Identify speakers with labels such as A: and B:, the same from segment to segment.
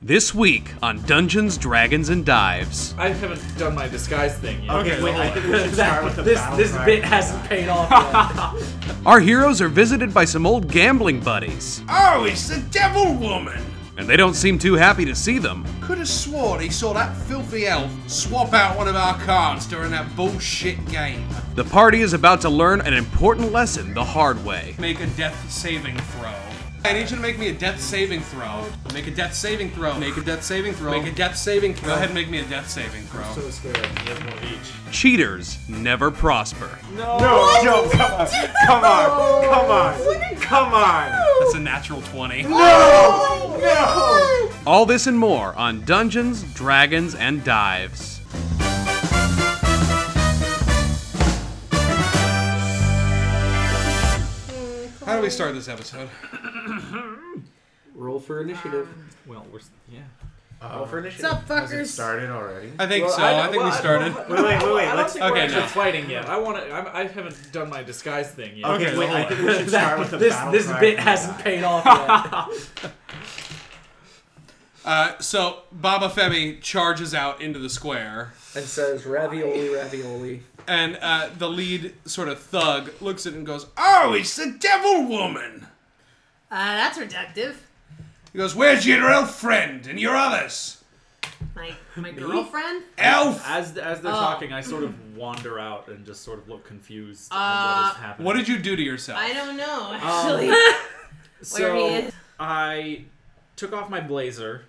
A: This week on Dungeons, Dragons, and Dives.
B: I haven't done my disguise thing yet.
C: Okay, wait, I think we should start with the
D: this
C: battle
D: this
C: cry.
D: bit hasn't paid off yet.
A: Our heroes are visited by some old gambling buddies,
E: Oh, it's the Devil Woman!
A: and they don't seem too happy to see them.
E: Could have sworn he saw that filthy elf swap out one of our cards during that bullshit game.
A: The party is about to learn an important lesson the hard way.
F: Make a death saving throw.
E: I need you to make me a death saving throw.
F: Make a death saving throw. Make a death saving throw. Make a death saving throw. Go ahead and make me a death saving throw.
C: So scared. You have one each.
A: Cheaters never prosper.
C: No, no, come on, come on, come on, come on.
F: That's a natural 20.
C: No, no.
A: All this and more on Dungeons, Dragons, and Dives.
E: How do we start this episode?
D: Roll for initiative.
B: Well, we're s- yeah.
C: Roll for initiative.
E: What's up,
C: Has it
E: fuckers?
C: started already?
A: I think
B: Well,
A: so.
B: I know-
A: I, think
B: well,
A: we
B: I-
A: started.
C: Wait, wait, wait, wait.
B: I don't
C: Let's.
B: think we're
F: okay,
B: actually
F: no.
B: fighting yet. I want to. I haven't done my disguise thing yet.
C: Okay, wait, I think we should start with the
D: This
C: battle
D: this
C: cry
D: bit
C: from
D: hasn't
C: the
D: paid off yet.
A: Uh, so Baba Femi charges out into the square,
D: and says ravioli, ravioli.
A: and uh, the lead sort of thug looks at it and goes,
E: Oh, it's the Devil Woman!
G: Uh, that's reductive.
E: He goes, Where's your elf friend and your others?
G: My my girlfriend.
E: Elf!
B: As as they're
G: Oh.
B: talking, I sort of wander out and just sort of look confused on
G: Uh,
B: what is happening.
A: "What did you do to yourself?"
G: I don't know actually.
B: so
G: he is.
B: I took off my blazer.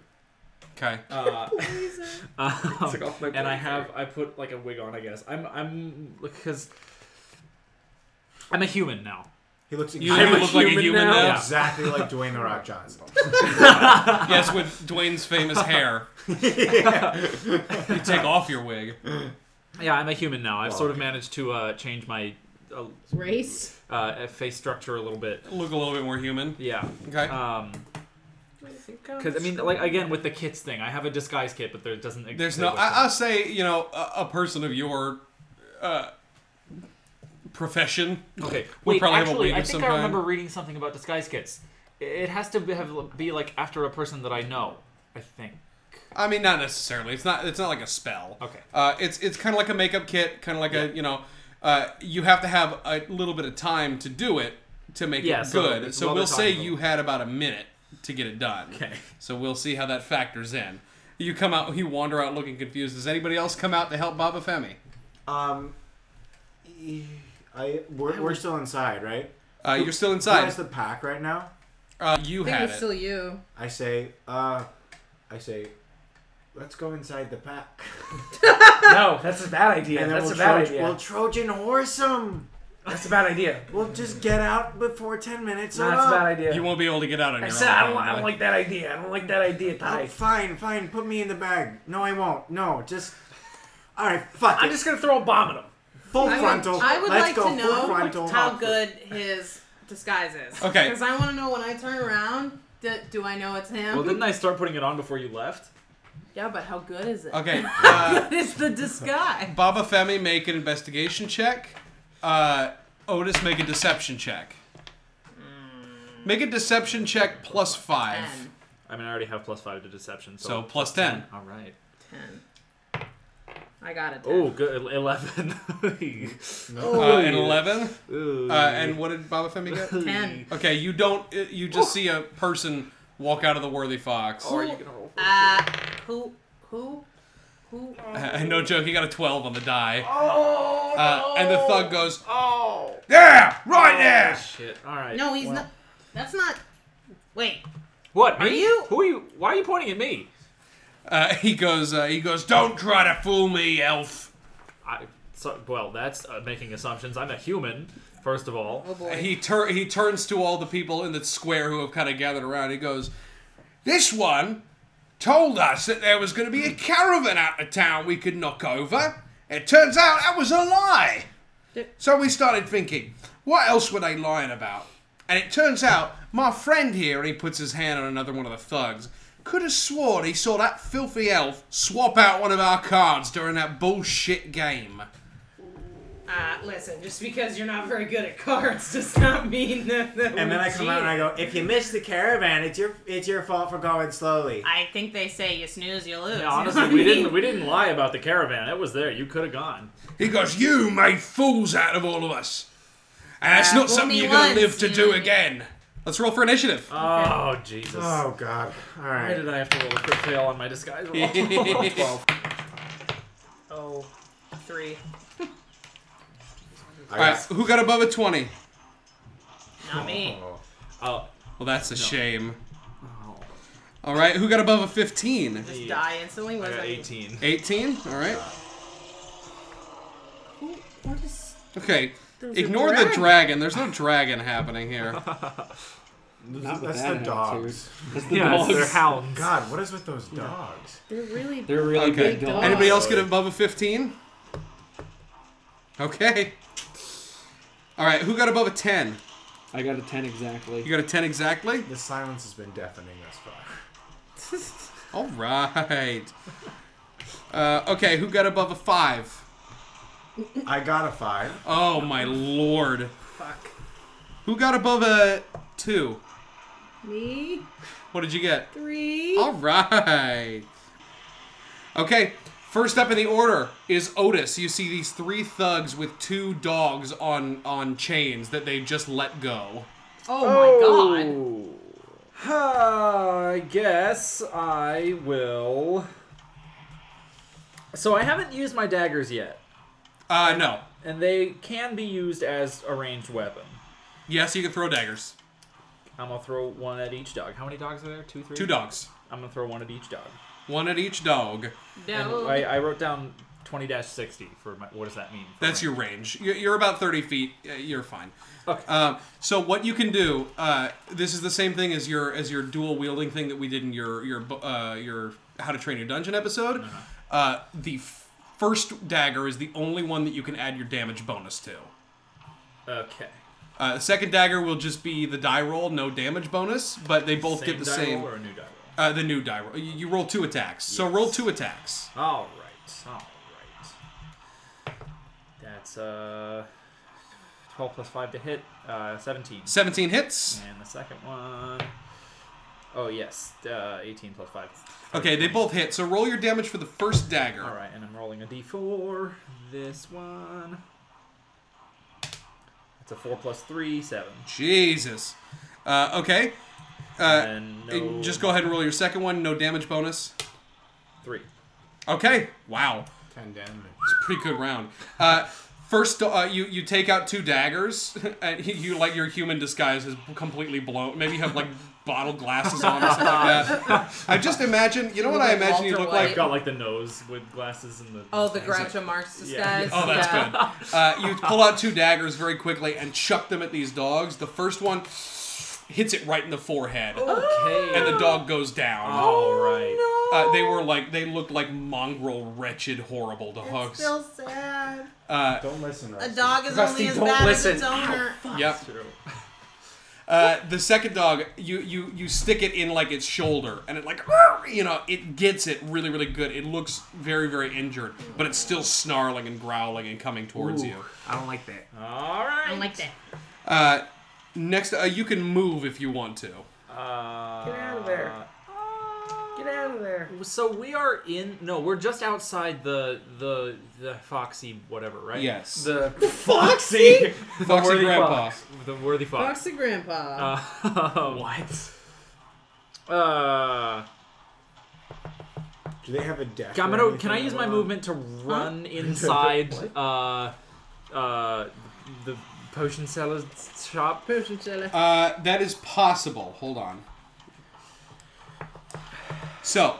A: Okay.
B: Uh, um,
D: Took off my
B: and
D: blazer.
B: I have I put like a wig on. I guess I'm I'm because I'm a human now.
C: He looks
A: You,
C: exactly,
A: you look like a
D: human
A: human
D: now?
A: now.
C: exactly like Dwayne the Rock Johnson.
A: yes, with Dwayne's famous hair. You take off your wig.
B: Yeah, I'm a human now. I've sort of managed to uh, change my uh,
G: Race.
B: uh, face structure a little bit.
A: Look a little bit more human.
B: Yeah.
A: Okay.
B: Um, because I mean, like again with the kits thing, I have a disguise kit, but there doesn't. ex-
A: There's
B: they
A: no.
B: look
A: I, I'll say you know a, a person of your uh, profession.
B: Okay.
A: would
B: Wait,
A: probably have a
B: actually,
A: wig
B: I
A: of some
B: think I
A: kind.
B: remember reading something about disguise kits. It has to be, have, be like after a person that I know. I think.
A: I mean, not necessarily. It's not. It's not like a spell.
B: Okay.
A: Uh, it's it's kind of like a makeup kit. Kind of like a you know, uh, you have to have a little bit of time to do it to make
B: Yeah,
A: it
B: so
A: good.
B: it's
A: So
B: while
A: we'll
B: they're
A: say
B: talking.
A: you had about a minute to get it done.
B: Okay.
A: So we'll see how that factors in. You come out. You wander out looking confused. Does anybody else come out to help Baba Femi?
C: Um, I we're, we're still inside, right?
A: Uh, you're still
C: Who
A: inside.
C: has the pack right now?
A: Uh, you
G: I think
A: had
G: it's
A: it.
G: still you.
C: I say, uh, I say, let's go inside the pack,
D: No, that's a bad idea.
C: and then
D: That's
C: we'll,
D: a bad
C: Troj-
D: idea.
C: we'll Trojan horse him.
D: That's a bad idea.
C: We'll just get out before ten minutes.
D: No,
C: are
D: that's a
C: up.
D: bad idea.
A: You won't be able to get out on your
D: I
A: own.
D: said I don't, I
A: probably.
D: don't like that idea. I don't like that idea,
C: Oh,
D: Ty.
C: fine, fine. Put me in the bag. No, I won't. No, just. All right, fuck
D: I'm
C: it.
D: just gonna throw a bomb at him.
C: full
G: I would,
C: frontal.
G: I would like
C: Let's go
G: to
C: full frontal.
G: know how
C: Hawk.
G: good his disguise is.
A: Okay.
G: Because I want to know when I turn around, do, do I know it's him?
B: Well, didn't I start putting it on before you left?
G: yeah, but how good is it?
A: Okay. Uh,
G: it's the disguise.
A: Baba Femi make an investigation check. Uh, Otis make a deception check. Make a deception check plus five.
G: Ten.
B: I mean, I already have plus five to deception, so,
A: So plus ten.
B: All right.
G: Ten. I got it.
B: Oh, good. Eleven.
A: Uh, and eleven.
B: Ooh.
A: Uh, and what did Baba Femi get?
G: Ten.
A: Okay, you don't. uh, You just see a person walk out of the worthy fox.
B: Or are you gonna roll?
G: Uh, who, who, who?
A: And no joke, he got a twelve on the die. Oh uh, And the thug goes, Oh,
E: There! Right there!
B: Shit. All right.
G: No, he's
B: Well-
G: not. That's not. Wait.
B: What? Me?
G: Are you-
B: Who are you? Why are you pointing at me?
A: uh, he goes, uh, he goes, don't try to fool me, elf.
B: I. So, well, that's uh, making assumptions. I'm a human, first of all.
G: Oh boy.
A: He tur- he turns to all the people in the square who have kind of gathered around. He goes, "This one told us that there was going to be a caravan out of town we could knock over. It turns out that was a lie. So we started thinking, what else were they lying about? And it turns out my friend here, and he puts his hand on another one of the thugs." Could have sworn he saw that filthy elf swap out one of our cards during that bullshit game.
H: Uh, listen, just because you're not very good at cards does not mean that. that
C: And then I come out and I go, if you miss the caravan, it's your it's your fault for going slowly.
G: I think they say you snooze, you lose.
B: Yeah, honestly, we didn't we didn't lie about the caravan. It was there. You could have gone.
E: He goes, You made fools out of all of us. And that's
G: Uh,
E: not
G: fool
E: something
G: me
E: you're going
G: once,
E: to live to
G: you
E: do
G: know.
E: again.
A: Let's roll for initiative.
B: Oh Jesus!
C: Oh God! All
B: Why
C: right.
B: did I have to roll a crit fail on my disguise roll?
H: Oh, three.
C: I
A: All right,
C: got-
A: who got above a 20?
H: Not me.
B: oh,
A: Well, that's a shame.
G: Oh.
A: All right, who got above a 15?
G: Just die instantly. What
B: I
G: does
B: got
G: that mean?
B: 18.
A: 18? All right.
G: What is?
A: Okay. Ignore the dragon. There's no dragon happening here.
C: That's the dogs.
B: Yeah, they're hounds.
C: God, what is with those dogs?
G: They're really.
I: They're really
A: Okay.
I: big dogs.
A: Anybody else get above a 15? Okay. All right, who got above a 10?
I: I got a ten exactly.
A: You got a 10 exactly?
C: The silence has been deafening thus far.
A: All right. Uh, okay, who got above a 5?
C: I got a five.
A: Oh my lord. Fuck. Who got above a 2?
G: Me
A: What did you get?
G: three.
A: All right. Okay, first up in the order is Otis. You see these three thugs with two dogs on on chains that they've just let go.
G: Oh my god.
B: I guess I will. So I haven't used my daggers yet,
A: Uh, no.
B: and they can be used as a ranged weapon.
A: Yes, you can throw daggers.
B: I'm gonna throw one at each dog. How many dogs are there? Two, three.
A: Two dogs.
B: I'm gonna throw one at each dog.
A: One at each dog.
G: No. Oh,
B: I, I wrote down 20-60 for my, what does that mean? for
A: That's
B: my-
A: your range. You- You're about 30 feet. Uh, You're fine.
B: Okay.
A: Um, so what you can do, uh, this is the same thing as your as your dual wielding thing that we did in your your bu- uh, your How to Train Your Dungeon episode.
B: Uh-huh.
A: Uh, the f- first dagger is the only one that you can add your damage bonus to.
B: okay.
A: Uh, the second dagger will just be the die roll, no damage bonus, but they both get the
B: die
A: same.
B: roll or a new die roll?
A: Uh, the new die roll. You, you roll two attacks, so roll two attacks.
B: All right, all right. That's uh, twelve plus five to hit, uh, seventeen.
A: Seventeen hits.
B: And the second one, oh yes, uh, eighteen plus five.
A: Okay, they both hit. So roll your damage for the first dagger.
B: All right, and I'm rolling a d4. This one. It's a four plus three, seven.
A: Jesus. Uh, okay. Uh,
B: and
A: and Just go ahead and roll your second one. No damage bonus.
B: three.
A: Okay. Wow.
C: Ten damage.
A: Pretty good round. Uh, first, uh, you you take out two daggers, and you- you like your human disguise is completely blown. Maybe you have like bottle glasses on or something like that. I just imagine. You know what I
G: Like
A: imagine you
G: Walter
A: look
G: White.
A: like.
B: Got like the nose with glasses and the.
G: oh, the Groucho Marx disguise.
A: Oh, that's
G: yeah.
A: good. Uh, you pull out two daggers very quickly and chuck them at these dogs. The first one hits it right in the forehead,
B: Okay.
A: and the
G: Oh,
A: dog goes down.
B: All
H: Oh,
B: right.
A: Uh, they were like they looked like mongrel, wretched, horrible dogs.
G: Still sad.
C: Don't listen.
G: A dog is
D: Rusty,
G: only as
D: don't
G: bad
D: listen.
G: as its owner.
A: yep.
B: True.
A: Uh, the second dog, you you you stick it in like its shoulder, and it like "Arr!" you know it gets it really really good. It looks very very injured, but it's still snarling and growling and coming towards you.
D: I don't like that.
B: All right.
G: I don't like that.
A: Uh, next, uh, you can move if you want to.
B: Uh,
H: Get out of there. Get out of there.
B: So we are in. No, we're just outside the the the Foxy whatever, right?
A: Yes.
B: The Foxy.
A: Foxy
B: worthy
A: Grandpa.
B: fox. The worthy fox.
G: Foxy Grandpa.
B: Uh, what? Uh,
C: Do they have a deck?
B: I'm
C: or
B: gonna.
C: anything
B: Can I use my
C: along?
B: movement to run inside uh, uh, the potion seller's shop?
G: Potion seller.
A: Uh, that is possible. Hold on. So,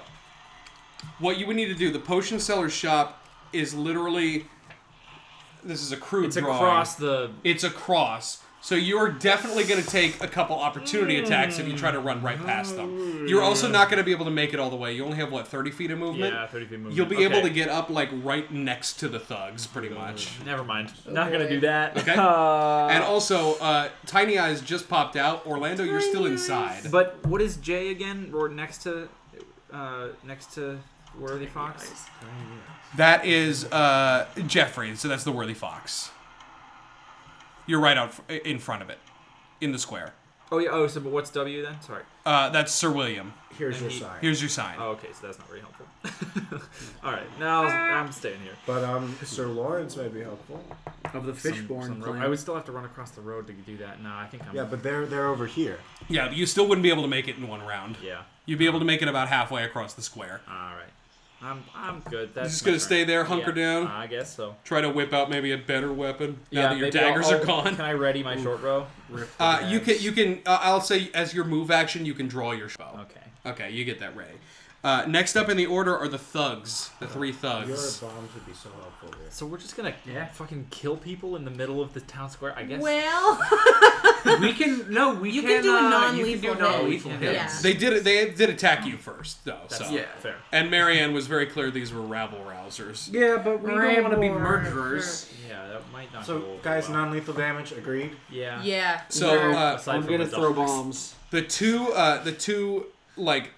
A: what you would need to do, the potion seller's shop is literally. This is a crude
B: It's
A: drawing.
B: across the.
A: It's a cross. So you are definitely going to take a couple opportunity attacks if you try to run right past them. You're also not going to be able to make it all the way. You only have what 30 feet of movement.
B: Yeah, 30 feet movement.
A: You'll be
B: Okay.
A: able to get up like right next to the thugs, pretty much.
B: Never mind. Not gonna
G: boy.
B: do that.
A: Okay.
B: Uh,
A: And also, uh, Tiny Eyes just popped out. Orlando, you're still inside.
B: But what is J again? Or next to, uh, next to Worthy Fox?
A: That is uh, Jeffrey, so that's the worthy fox. You're right out f- in front of it, in the square.
B: Oh yeah. Oh, so but what's W then? Sorry.
A: Uh, that's Sir William.
C: Here's your sign.
A: Here's your sign.
B: Oh, okay. So that's not very helpful. All right. Now I'm staying here.
C: But um, Sir Lawrence may be helpful.
I: Of the Fishborn
B: Some ro-
I: clan.
B: I would still have to run across the road to do that. No, I think I'm.
C: Yeah, but they're they're over here.
A: Yeah, but you still wouldn't be able to make it in one round.
B: Yeah.
A: You'd be able to make it about halfway across the square.
B: All right. I'm I'm good. That's
A: just
B: my
A: gonna
B: turn.
A: stay there, hunker
B: Yeah, Uh,
A: down?
B: I guess so.
A: Try to whip out maybe a better weapon now that your
B: maybe I'll-
A: daggers
B: oh,
A: are
B: Can
A: gone.
B: I ready my short row?
A: Uh, you can you can uh, I'll say as your move action you can draw your bow.
B: Okay.
A: Okay, you get that ready. Uh, next up in the order are the thugs, the three
C: Your
A: thugs.
C: bombs would be so helpful here.
B: So we're just gonna fucking kill people in the middle of the town square. I guess.
G: Well,
D: we can no. We
G: You
D: can,
G: can do a
D: uh, you can do
G: non-lethal hit.
D: non-lethal
G: Yeah.
D: hits.
A: They did it. They did attack you first though. So
B: yeah. Fair.
A: and Marianne was very clear these were rabble rousers.
D: Yeah, but we don't want to be
G: Raybor.
D: murderers.
B: Yeah, that might not. go
C: So
B: over
C: guys,
B: well.
C: non-lethal damage agreed.
B: Yeah.
G: yeah.
A: So
G: we're-
A: uh,
B: Aside
I: I'm
B: from
I: gonna
B: the
I: throw
B: dogs.
I: bombs.
A: the two uh, the two like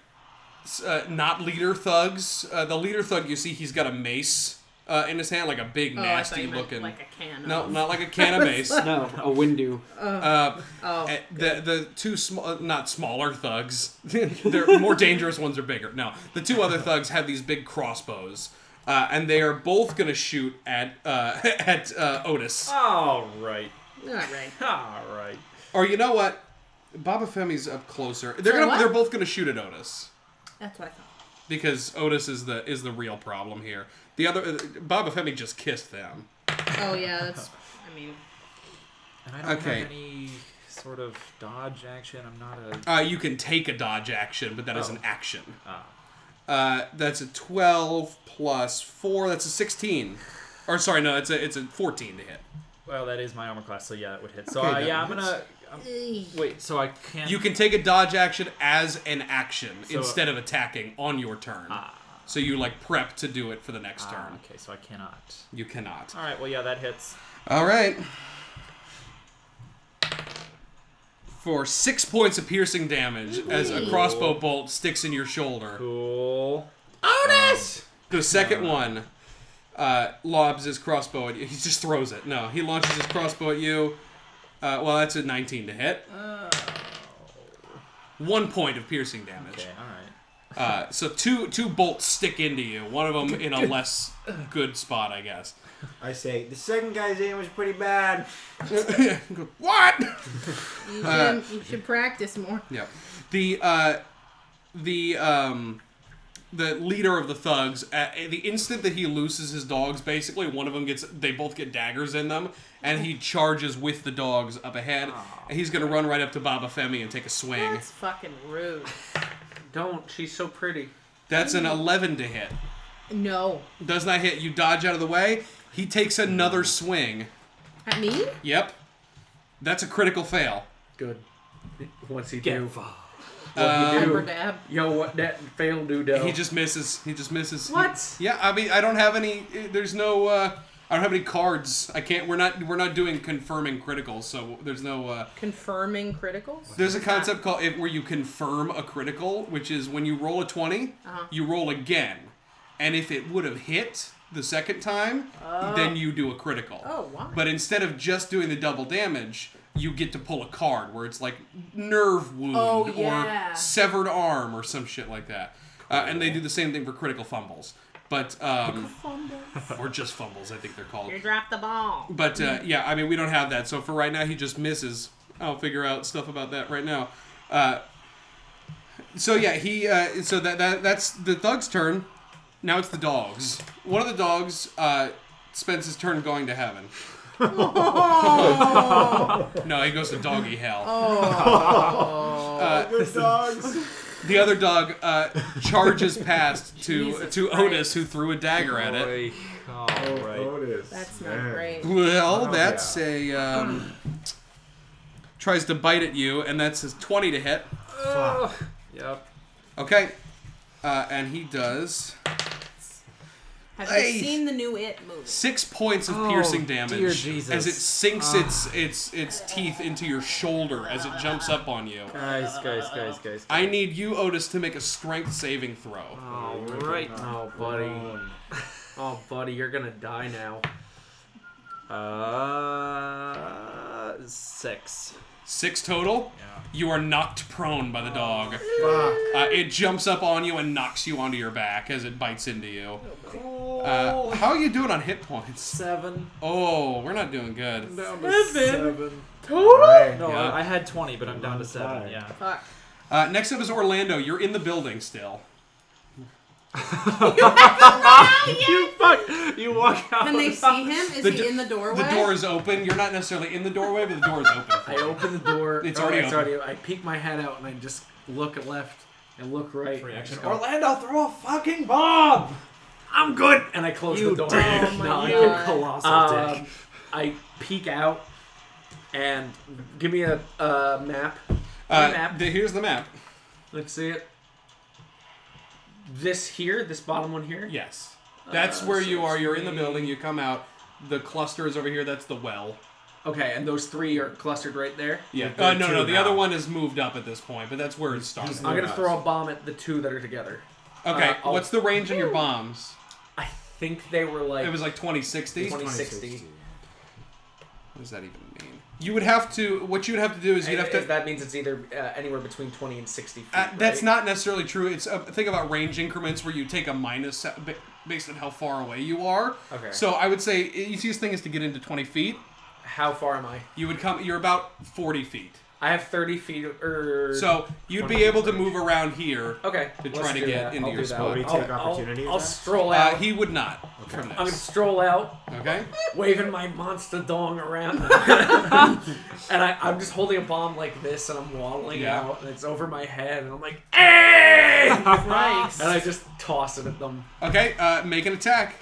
A: s- uh, not leader thugs. Uh, the leader thug you see he's got a mace uh, in his hand like a big
G: oh, I thought
A: nasty
G: you meant
A: looking.
G: like a can.
A: no,
G: of-
A: not like a can of mace.
I: No, a window.
G: Oh,
A: Uh, the the two small uh, not smaller thugs they're more dangerous ones are bigger no the two other thugs have these big crossbows uh, and they are both gonna shoot at uh, at uh, Otis
B: All right.
G: all right.
B: All right.
A: or you know what Baba Femi's up closer they're
G: Sorry,
A: gonna
G: what?
A: they're both gonna shoot at Otis
G: That's what I thought.
A: because Otis is the is the real problem here the other uh, Baba Femi just kissed them
G: Oh yeah, that's. I mean,
B: And I don't
A: Okay.
B: have any sort of dodge action. I'm not a.
A: uh, you can take a dodge action but that is
B: Oh.
A: an action
B: Ah.
A: Uh, that's a 12 plus 4. That's a 16. Or sorry, no, it's a it's a 14 to hit.
B: Well, that is my armor class, so yeah, that would hit. So
A: Okay,
B: uh,
A: that
B: yeah, I'm
A: hits.
B: gonna. I'm, wait, so I can't.
A: You can take a dodge action as an action
B: So- uh,
A: instead of attacking on your turn. so you like prep to do it for the next
B: Ah,
A: turn.
B: okay, so I cannot.
A: You cannot.
B: All right. Well, yeah, that hits.
A: All right. For 6 points of piercing damage as a crossbow bolt sticks in your shoulder.
B: Cool.
G: Otis.
A: The second one uh, lobs his crossbow at you. He just throws it. No, he launches his crossbow at you. Uh, well, that's a 19 to hit. One point of piercing damage.
B: Okay. All right.
A: Uh, so two two bolts stick into you. One of them in a less good spot, I guess.
C: I say the second guy's aim was pretty bad.
A: What?
G: You should, you should practice more.
A: Yeah. The uh, the um, the leader of the thugs. Uh, the instant that he looses his dogs, basically one of them gets. They both get daggers in them, and he charges with the dogs up ahead. and he's gonna run right up to Baba Femi and take a swing.
G: That's fucking rude.
D: Don't. She's so pretty.
A: That's an eleven to hit.
G: No,
A: Does not hit. You dodge out of the way. He takes another swing.
G: at me?
A: Yep. That's a critical fail.
I: Good. Once he do.
G: Abra dab.
I: Yo, what that failed dude?
A: He just misses. He just misses.
G: What?
A: Yeah, I mean, I don't have any. There's no. Uh, I don't have any cards. I can't. We're not. We're not doing confirming criticals. So there's no. Uh,
G: Confirming criticals?
A: there's a concept called if, where you confirm a critical, which is when you roll a 20
G: Uh-huh.
A: you roll again, and if it would have hit the second time, then you do a critical.
G: Oh, wow.
A: But instead of just doing the double damage, you get to pull a card where it's like nerve wound
G: Oh,
A: or
G: yeah.
A: severed arm or some shit like that. Uh, and they do the same thing for critical fumbles. But um, or just fumbles, I think they're called.
G: You dropped the ball.
A: But uh, yeah, I mean, we don't have that. So for right now, he just misses. I'll figure out stuff about that right now. Uh, so yeah, he. Uh, so that, that that's the thug's turn. Now it's the dogs. One of the dogs uh, spends his turn going to heaven. no, he goes to doggy hell.
C: Good dogs.
A: The other dog uh, charges past to to Otis, who threw a dagger at it.
B: All
C: Oh,
B: right.
C: Otis.
G: That's
C: man.
G: not great.
A: Well,
C: Oh,
A: that's a um, tries to bite at you, and that's his twenty to hit.
C: Fuck.
B: Yep.
A: Okay, uh, and he does
G: Have
A: Hey.
G: you seen the new It movie?
A: six points of piercing damage
B: dear Jesus.
A: as it sinks its its its teeth into your shoulder as it jumps up on you.
B: Guys, guys, guys, guys.
A: I need you, Otis, to make a strength saving throw.
B: All right.
I: Oh, buddy. Oh, buddy, you're gonna die now.
B: Uh,
J: is six.
A: Six total. You are knocked prone by the dog.
C: Fuck.
A: Uh, it jumps up on you and knocks you onto your back as it bites into you.
B: Oh.
A: Uh, how are you doing on hit points?
J: Seven.
A: Oh, we're not doing good.
C: Seven.
J: No,
A: Yeah.
J: I, I had twenty, but I'm down to seven.
C: Alright.
J: Yeah.
G: Fuck.
A: Uh, next up is Orlando. You're in the building still.
C: You fuck. You walk out.
G: Can they see him? Is
A: The
G: he
A: do-
G: in the doorway?
A: The door is open. You're not necessarily in the doorway, but the door is open.
B: I open the door.
A: It's
B: oh,
A: already open.
B: already. I peek my head out and I just look left and look right.
J: Reaction.
B: and I just go,
J: Orlando, throw a fucking bomb.
B: I'm good. And I close
J: You
B: the door.
J: dick.
G: Oh my
B: No, I
G: God.
B: don't.
J: Colossal dick.
B: Um, I peek out and give me a uh, map.
A: Uh,
B: map.
A: the- here's the map.
B: Let's see it. This here, this bottom one here.
A: Yes. That's
B: Uh,
A: where
B: so
A: you are.
B: it's
A: You're in the
B: me.
A: building. You come out. The cluster is over here. That's the well.
B: Okay, and those three are clustered right there.
A: Yeah.
C: there
A: Uh, no,
C: too
A: no. The
C: now.
A: other one is moved up at this point, but that's where it starts.
B: I'm gonna throw a bomb at the two that are together.
A: Okay.
B: uh, I'll-
A: what's the range on your bombs?
B: I think they were like
A: It was like 2060.
B: 2060.
A: What does that even mean? You would have to. What you would have to do is you'd have to.
B: And eh, That means it's either uh, anywhere between 20 and 60 feet.
A: uh, that's
B: right?
A: not necessarily true. It's a thing about range increments where you take a minus uh, ba- based on how far away you are.
B: Okay.
A: So I would say easiest thing is to get into 20 feet.
B: How far am I?
A: You would come. You're about 40 feet.
B: I have 30 feet or.
A: So you'd be able to move around here. Uh,
B: Okay.
A: To
B: let's
A: try to
B: do
A: get
B: that.
A: into
B: I'll
A: your
B: do that.
A: spot.
C: Will we
B: I'll-
C: take
B: I'll-
C: opportunity
B: I'll,
C: attack?
B: stroll
A: Uh,
B: out.
A: he would not from
B: I'm gonna
A: this.
B: stroll out,
A: Okay.
B: waving my monster dong around, and I, I'm just holding a bomb like this, and I'm waddling
A: Yeah.
B: out, and it's over my head, and I'm like, "Hey!" and
K: Christ.
B: I just toss it at them.
A: Okay. Uh, make an attack.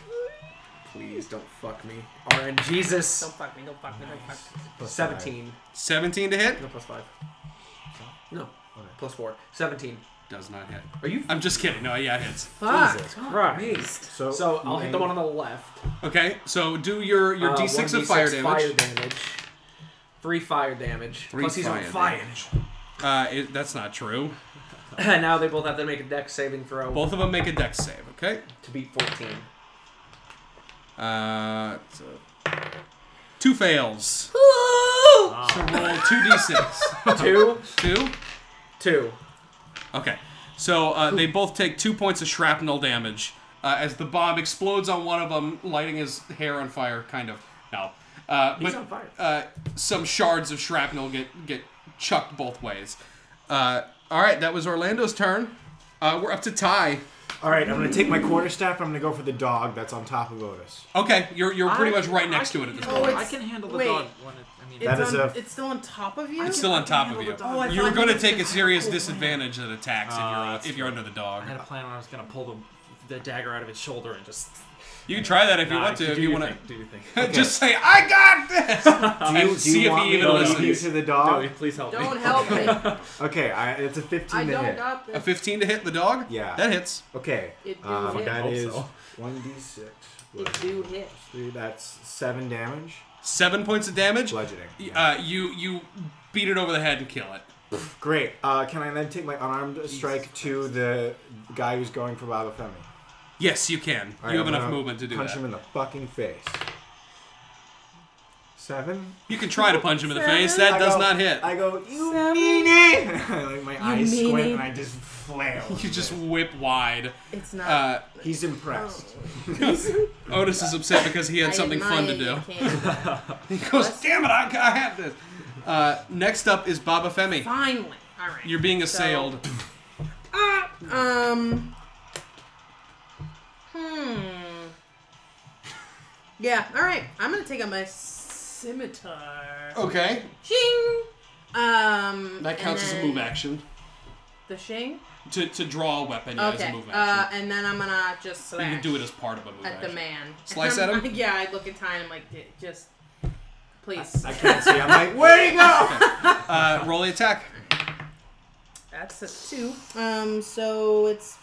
B: Please don't fuck me, RNG. Jesus,
K: Don't fuck me, don't fuck me, don't fuck me.
C: Plus five.
B: 17.
A: 17 to hit.
B: No, plus five. No, plus four. 17.
A: Does not hit.
B: Are you
A: I'm just kidding. No, yeah, it hits.
G: Fuck.
B: Christ?
C: So,
B: So I'll hit the
C: main-
B: one on the left.
A: Okay, so do your your
B: Uh,
A: d6
B: 1d6
A: of fire damage.
B: Fire damage. Three fire damage.
A: Three
B: Plus he's on
A: fire
B: fire.
A: Uh, it, that's not true.
B: now they both have to make a deck saving throw
A: Both of them make a dex save. Okay.
B: to beat 14.
A: Uh, so two fails. So roll two d6.
B: two,
A: two.
B: two.
A: Okay. So uh, they both take two points of shrapnel damage uh, as the bomb explodes on one of them, lighting his hair on fire, kind of. No. Uh, but
B: on fire.
A: Uh, some shards of shrapnel get, get chucked both ways. Uh, all right, that was Orlando's turn. Uh, we're up to tie.
C: All right, I'm gonna take my quarterstaff. I'm gonna go for the dog that's on top of Otis.
A: Okay, you're, you're pretty
J: I-
A: much right next to it at this point.
G: Oh, it's-
J: I can handle the
G: wait.
J: dog. When it, I mean,
G: It's,
C: That is
G: on,
C: a-
G: it's still on top of you?
A: It's still on top of you.
G: Oh, I
A: You're
G: thought
A: going
G: you
A: to
G: were
A: take a
G: just-
A: serious
G: Oh,
A: disadvantage that attacks if
C: Ah,
A: you're
C: that's
A: if you're under the dog.
J: I had a plan where I was gonna pull the, the dagger out of his shoulder and just.
A: You can try that if you
J: Nah,
A: want to. If
J: do
A: you
J: your
A: want
J: thing, do your thing.
A: to, just say I got this.
C: Do you, do
A: see
C: you
A: if
C: want
A: he
C: me
A: even
C: to
A: listens.
C: lead you to the
J: No,
C: dog?
J: please help
G: Don't
J: me.
G: help me.
C: Okay, I, it's a 15
G: I
C: minute
G: don't
C: hit.
G: got
A: A
G: this.
A: 15 to hit the dog.
C: Yeah.
A: that hits.
C: Okay,
G: It do
C: um,
G: hit.
C: that
J: Hope
C: is
J: so.
C: one d six.
G: It do hit.
C: Three. That's seven damage.
A: Seven points of damage.
C: Bludgeoning.
A: Uh, you you beat it over the head and kill it.
C: Great. Uh, can I then take my unarmed strike to the guy who's going for Baba Femi?
A: Yes, you can.
C: All right,
A: you have
C: I'm
A: enough
C: gonna
A: movement to do
C: punch
A: that.
C: him in the fucking face. Seven.
A: You can try to punch him in the
G: Seven.
A: face. That
C: I
A: does
C: go-
A: not hit.
C: I go, you mean it? like my eyes
G: mean
C: squint
G: it.
C: and I just flail.
A: You just whip wide.
G: It's not.
A: Uh,
C: He's impressed.
G: Oh.
A: Otis is upset because he had
G: I
A: something fun to do.
G: admire you, Ken.
A: He goes, "Damn it, I, I had this." Uh, next up is Baba Femi.
G: Finally. All right.
A: You're being assailed.
G: Um. Hmm. Yeah. All right. I'm gonna take out my scimitar.
A: Okay,
G: Shing. Um.
A: Oh. that
G: and
A: counts as a
G: then
A: move action.
G: The shing.
A: To, to draw a weapon yeah, as
G: okay.
A: a move
G: uh,
A: action.
G: and then I'm gonna just
A: you
G: slash
A: can do it as part of a move
G: at
A: action.
G: the man.
A: Slice at him?
G: yeah. I look at Ty and I'm like, "D- just please.
C: I can't see. I'm like, where you go?
A: Uh, roll the attack.
G: That's a two. Um. So it's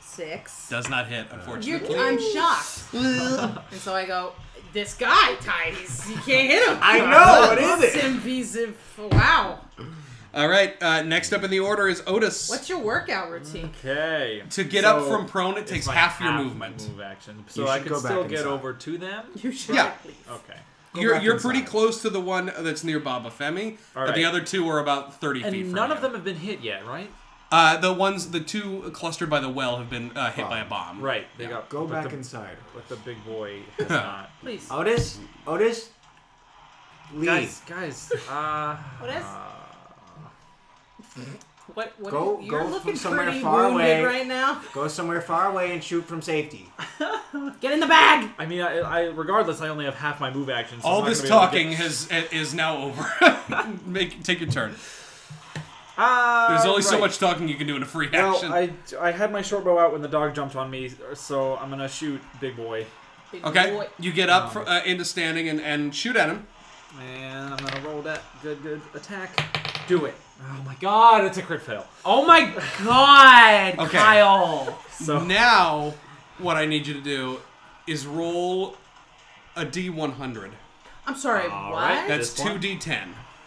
G: six.
A: Does not hit,
G: You're,
A: unfortunately.
G: I'm shocked. and so I go, this guy, Ty, he's, you can't hit him.
C: I know. What is it?
G: Sim Vizim- Wow.
A: All right. Uh, next up in the order is Otis.
G: What's your workout routine?
J: Okay.
A: to get
J: So,
A: up from prone, it takes
J: my
A: half your
J: half
A: movement.
J: Move action, so
C: You
J: I
C: should
J: could
C: go back
J: still get
C: inside.
J: over to them.
G: You should
A: Yeah.
G: leave.
J: Okay.
A: you're
C: back
A: you're
C: inside.
A: pretty close to the one that's near Baba Femi.
B: All
A: But the
B: right.
A: other two are about thirty feet.
I: And
A: from
I: none of
A: you.
I: them have been hit yet, right?
A: Uh, the ones, the two clustered by the well, have been uh, hit by a bomb.
B: Right, they got
C: Go
B: but
C: back
B: the,
C: inside.
B: But the big boy has not.
G: Please.
C: Otis, Otis, leave.
B: guys, guys, uh,
G: What is? What? What?
C: Go-
G: you're
C: go
G: looking
C: from somewhere
G: pretty
C: far
G: wounded
C: away.
G: right now.
C: Go somewhere far away and shoot from safety.
G: Get in the bag.
B: I mean, I, I regardless, I only have half my move action. So
A: All
B: I'm not
A: this
B: gonna be able to
A: talking
B: get-
A: has is now over. Make take your turn.
B: Ah,
A: There's only so
B: right.
A: much talking you can do in a free
B: Well,
A: action.
B: I, I had my short bow out when the dog jumped on me, so I'm gonna shoot big boy,
A: okay, you get up fr- uh, into standing and, and shoot at him.
B: and I'm gonna roll that good good attack.
I: Do it.
B: Oh my god, it's a crit fail.
D: Oh my god,
A: Okay.
D: Kyle.
B: So
A: Now, what I need you to do is roll a d100.
G: I'm sorry.
B: All
G: what?
B: right,
A: That's
B: This one?
A: two d10.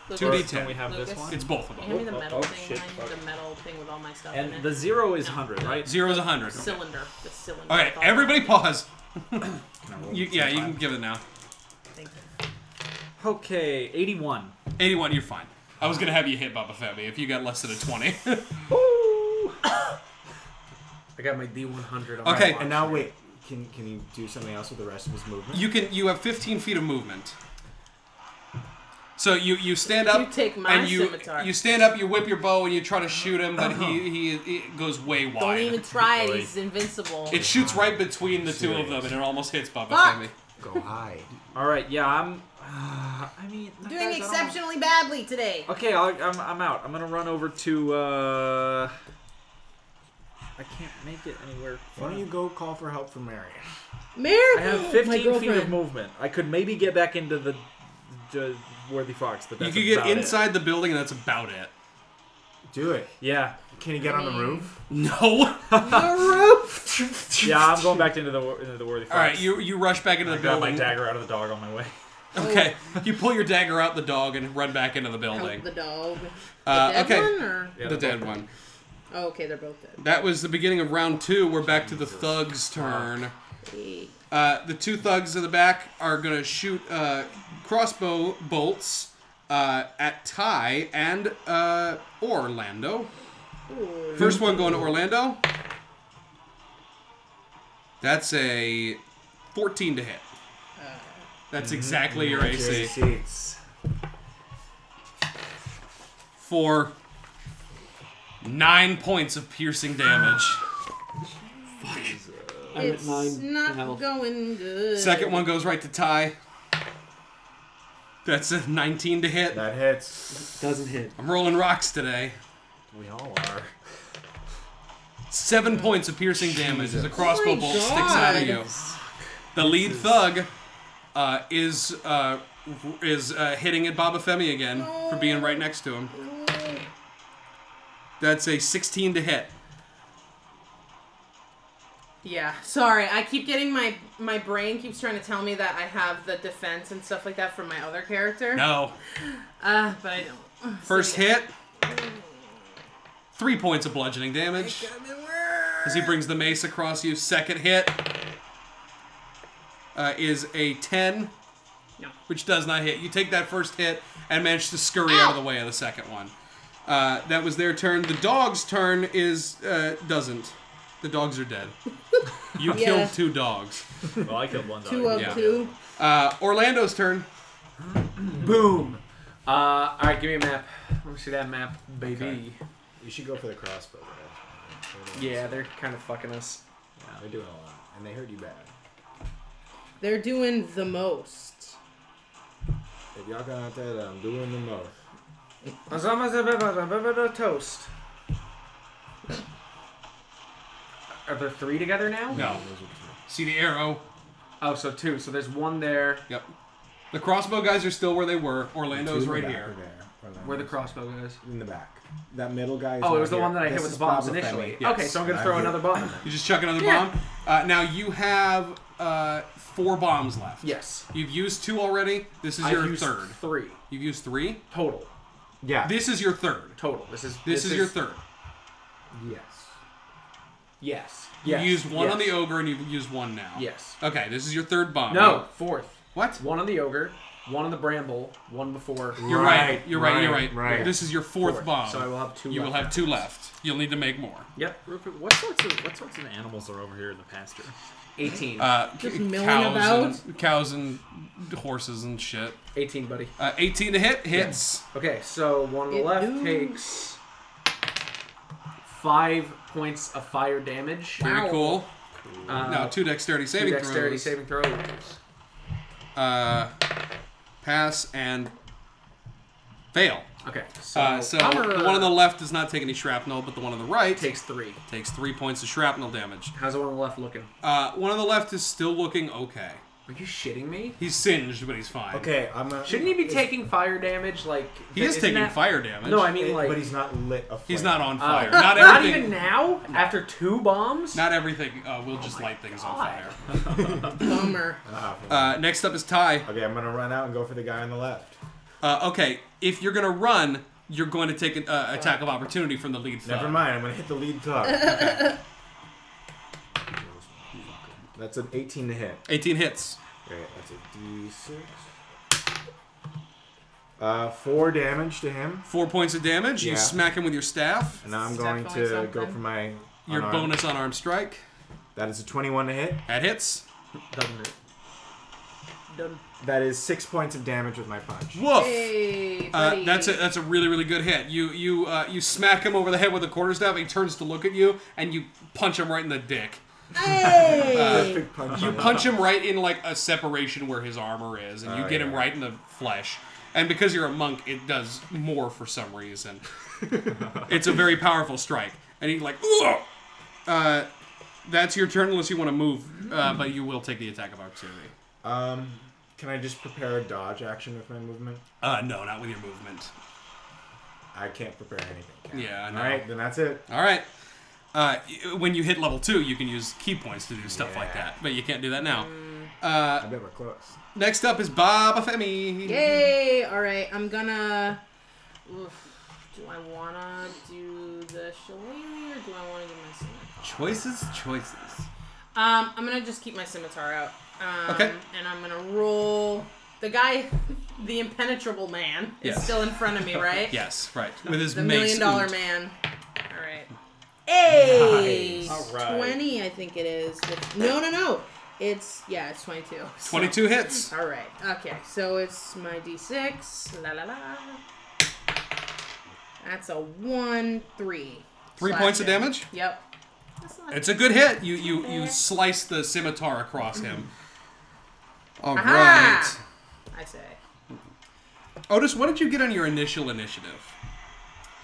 G: Lucas,
A: two
B: Or
A: D-
B: can
A: 2d10.
B: we have this
G: Lucas?
B: one?
A: It's both of them.
G: Hand me the
B: Oh,
G: metal
B: oh,
G: thing.
B: shit,
G: I need
B: fuck.
G: the metal thing with all my stuff in
B: And
G: it.
B: the zero is hundred, right?
A: Zero is 100. Okay.
G: cylinder. The cylinder.
A: All right,
G: with all my-
A: everybody pause.
B: Can I roll
A: You,
B: at the
A: yeah,
B: same
A: you
B: time?
A: can give it now.
G: Thank you.
B: Okay, eighty-one.
A: 81, you're fine. I was going to have you hit Baba Femi if you got less than a 20.
I: I got my D100 on
A: Okay.
I: my
C: And
I: watch.
C: now wait, can can he do something else with the rest of his movement?
A: you can you have 15 feet of movement. So you you stand
G: You
A: up
G: take my
A: and you
G: scimitar.
A: you stand up, you whip your bow and you try to shoot him, but he he, he goes way wide.
G: Don't even try it. He's invincible.
A: It shoots right between the two of them, and it almost hits Baba
G: Fuck.
A: Femi.
C: Go hide.
B: All right, yeah, I'm. Uh, I mean,
G: Doing
B: guys, I don't-
G: exceptionally badly today.
B: Okay, I'll, I'm, I'm out. I'm gonna run over to. uh... I can't make it anywhere.
C: Why don't you go call for help from Marion?
G: Miracle.
B: I have
G: my
B: 15 feet of
G: girlfriend.
B: movement. I could maybe get back into the, the worthy fox, but
A: You
B: that's
A: can get
B: about it.
A: inside the building, and that's about it.
C: Do it.
B: Yeah,
C: Can he get on the roof?
A: No.
B: yeah, I'm going back into the wor- into the worthy fox.
A: All right, you you rush back into the
B: I grab my
A: building.
B: dagger out of the dog on my way.
A: Okay, you pull your dagger out the dog and run back into the building.
G: Help the dog.
A: Uh,
G: Oh, the
A: okay.
G: dead one or?
B: Yeah,
A: the
B: they're
A: dead
B: both-
A: one.
G: Oh, okay, they're both dead.
A: That was the beginning of round two. We're back to the thugs' turn.
G: Hey.
A: Uh, the two thugs in the back are gonna shoot uh, crossbow bolts uh, at Ty and uh, Orlando.
G: Ooh.
A: First one going to Orlando. That's a 14 to hit. Mm-hmm. That's exactly your AC.
C: Seats.
A: For nine points of piercing damage.
I: I'm
G: It's
I: at nine
G: not
I: health.
G: going good.
A: Second one goes right to Ty. That's a 19 to hit.
C: That hits.
I: Doesn't hit.
A: I'm rolling rocks today.
C: We all are.
A: Seven points of piercing damage as a crossbow
G: Oh my
A: bolt sticks out of you. The lead thug uh, is uh, is uh, hitting at Baba Femi again for being right next to him. That's a 16 to hit.
G: Yeah, sorry. I keep getting my my brain keeps trying to tell me that I have the defense and stuff like that from my other character.
A: No.
G: Uh, but I don't.
A: First hit. Three points of bludgeoning damage. As he brings the mace across you. Second hit uh, is a 10,
G: No.
A: which does not hit. You take that first hit and manage to scurry out of the way of the second one. Uh, that was their turn. The dog's turn is uh, doesn't. The dogs are dead. You
G: Yeah.
A: killed two dogs.
B: Well, I killed one dog.
G: Two of
A: Yeah.
G: two.
A: Uh, Orlando's turn.
I: Boom. Uh, all right, give me a map. Let me see that map, baby.
C: You should go for the crossbow. Guys.
I: Yeah, they're kind of fucking us.
C: They're doing a lot, and they heard you bad.
G: They're doing the most.
C: If y'all got out there, um, that I'm doing the most.
I: As long as I toast. Are there three together now?
A: No. See the arrow.
I: Oh, so two. So there's one there
A: Yep. The crossbow guys are still where they were. Orlando's
C: Two in
A: right
C: the back
A: here.
C: are there. Orlando's
I: where the crossbow goes.
C: in the back. That middle guy. Is
I: Oh,
C: not
I: it was the
C: here.
I: one that I
C: This
I: hit with
C: is
I: the bombs
C: Baba Femi.
I: initially.
A: Yes.
I: Okay, so I'm gonna
C: And
I: throw
C: I'm here.
I: another bomb.
A: You just chuck another
G: Yeah.
A: bomb. Uh, now you have uh, four bombs left.
I: Yes.
A: You've used two already. This is
I: I've
A: your
I: used
A: third.
I: Three
A: You've used three.
I: total.
C: Yeah.
A: This is your third.
I: Total. This is
A: This, is, your third.
C: yes.
I: Yes.
A: You
I: Yes.
A: used one on
I: Yes.
A: the ogre and you've used one now.
I: Yes.
A: Okay, this is your third bomb.
I: No, fourth.
A: What?
I: One on the ogre, one in the bramble, one before.
A: You're right. You're right. You're right.
C: right.
A: This is your fourth bomb.
I: So I will have two.
A: you will
I: left.
A: have two left. You'll need to make more.
B: Yep. Rupert, what sorts of what sorts of animals are over here in the pasture?
I: 18.
A: Uh,
G: Just
A: c-
G: milling
A: cows and cows and horses and shit.
I: 18, buddy.
A: Uh, 18 to hit hits.
I: Okay, so one on the
G: It
I: left
G: do.
I: takes five points of fire damage.
A: Very
G: Wow.
A: cool.
I: Uh,
A: Now two dexterity
I: two
A: saving
I: dexterity
A: throws.
I: saving throws.
A: Uh, pass and fail.
I: Okay, so,
B: Oh.
A: Uh, so
I: Hummer
A: the one on the left does not take any shrapnel, but the one on the right
I: takes three.
A: takes three points of shrapnel damage.
I: How's the one on the left looking?
A: Uh, one on the left is still looking okay.
I: Are you shitting me?
A: He's singed, but he's fine.
C: Okay, I'm not.
I: Shouldn't he be taking fire damage? Like
A: He is
I: isn't
A: taking
I: that-
A: fire damage.
I: No, I mean like
C: but he's not lit. Aflame.
A: he's not on
I: uh,
A: fire. not everything.
I: even now. After two bombs.
A: Not everything. Uh, we'll just light things on fire.
I: God.
G: Bummer.
C: Ah, fuck.
A: Uh, next up is Ty.
C: okay, I'm gonna run out and go for the guy on the left.
A: Uh, okay, if you're gonna run, you're going to take an uh, attack of opportunity from the lead.
C: Never
A: thug.
C: mind. I'm gonna hit the lead thug. That's an 18 to hit.
A: 18 hits.
C: Okay, that's a D6. Uh, four damage to him.
A: Four points of damage. You
C: Yeah.
A: smack him with your staff.
C: And now I'm
G: It's
C: going to
G: definitely
C: go
G: something.
C: for my
A: Your
C: unarmed.
A: bonus unarmed strike.
C: That is a 21 to hit.
A: That hits.
I: Doesn't it?
C: That is six points of damage with my punch.
A: Woof.
G: Hey,
A: Uh,
G: buddy.
A: that's a that's a really really good hit. You you uh, you smack him over the head with a quarterstaff. He turns to look at you, and you punch him right in the dick. Uh,
G: Hey.
C: Perfect punch.
A: You punch him right in like a separation where his armor is, and you
C: Oh,
A: get him
C: yeah.
A: right in the flesh. And because you're a monk, it does more for some reason. it's a very powerful strike, and he like, "Ugh!" uh, that's your turn unless you want to move, uh, but you will take the attack of opportunity.
C: Um, can I just prepare a dodge action with my movement?
A: Uh, no, not with your movement.
C: I can't prepare anything. can I?
A: Yeah, I know.
C: All right, then that's it.
A: All right. Uh, y- when you hit level two, you can use key points to do stuff like
C: Yeah.
A: that, but you can't do that now. Uh,
C: I bet we're close.
A: Next up is Bob Afemi.
G: Yay. All right. I'm gonna. Oof. Do I wanna do the shillelagh or do I wanna do my scimitar?
A: Choices, choices.
G: Um, I'm gonna just keep my scimitar out. Um,
A: Okay.
G: And I'm gonna roll. The guy, the impenetrable man, is
A: Yes.
G: still in front of me, right?
A: Yes, right. With his
G: The
A: mace
G: million dollar
A: oot.
G: man. All right. Hey.
I: Nice. All right.
G: Twenty, I think it is. No, no, no. It's yeah, it's twenty-two. So-
A: 22 hits.
G: All right. Okay. So it's my d6. La la la. That's a one, three.
A: Three
G: Slash
A: points of
G: him.
A: damage.
G: Yep. That's not
A: It's a good hit. You you you slice the scimitar across him. All right.
G: Aha! I say.
A: Otis, what did you get on your initial initiative?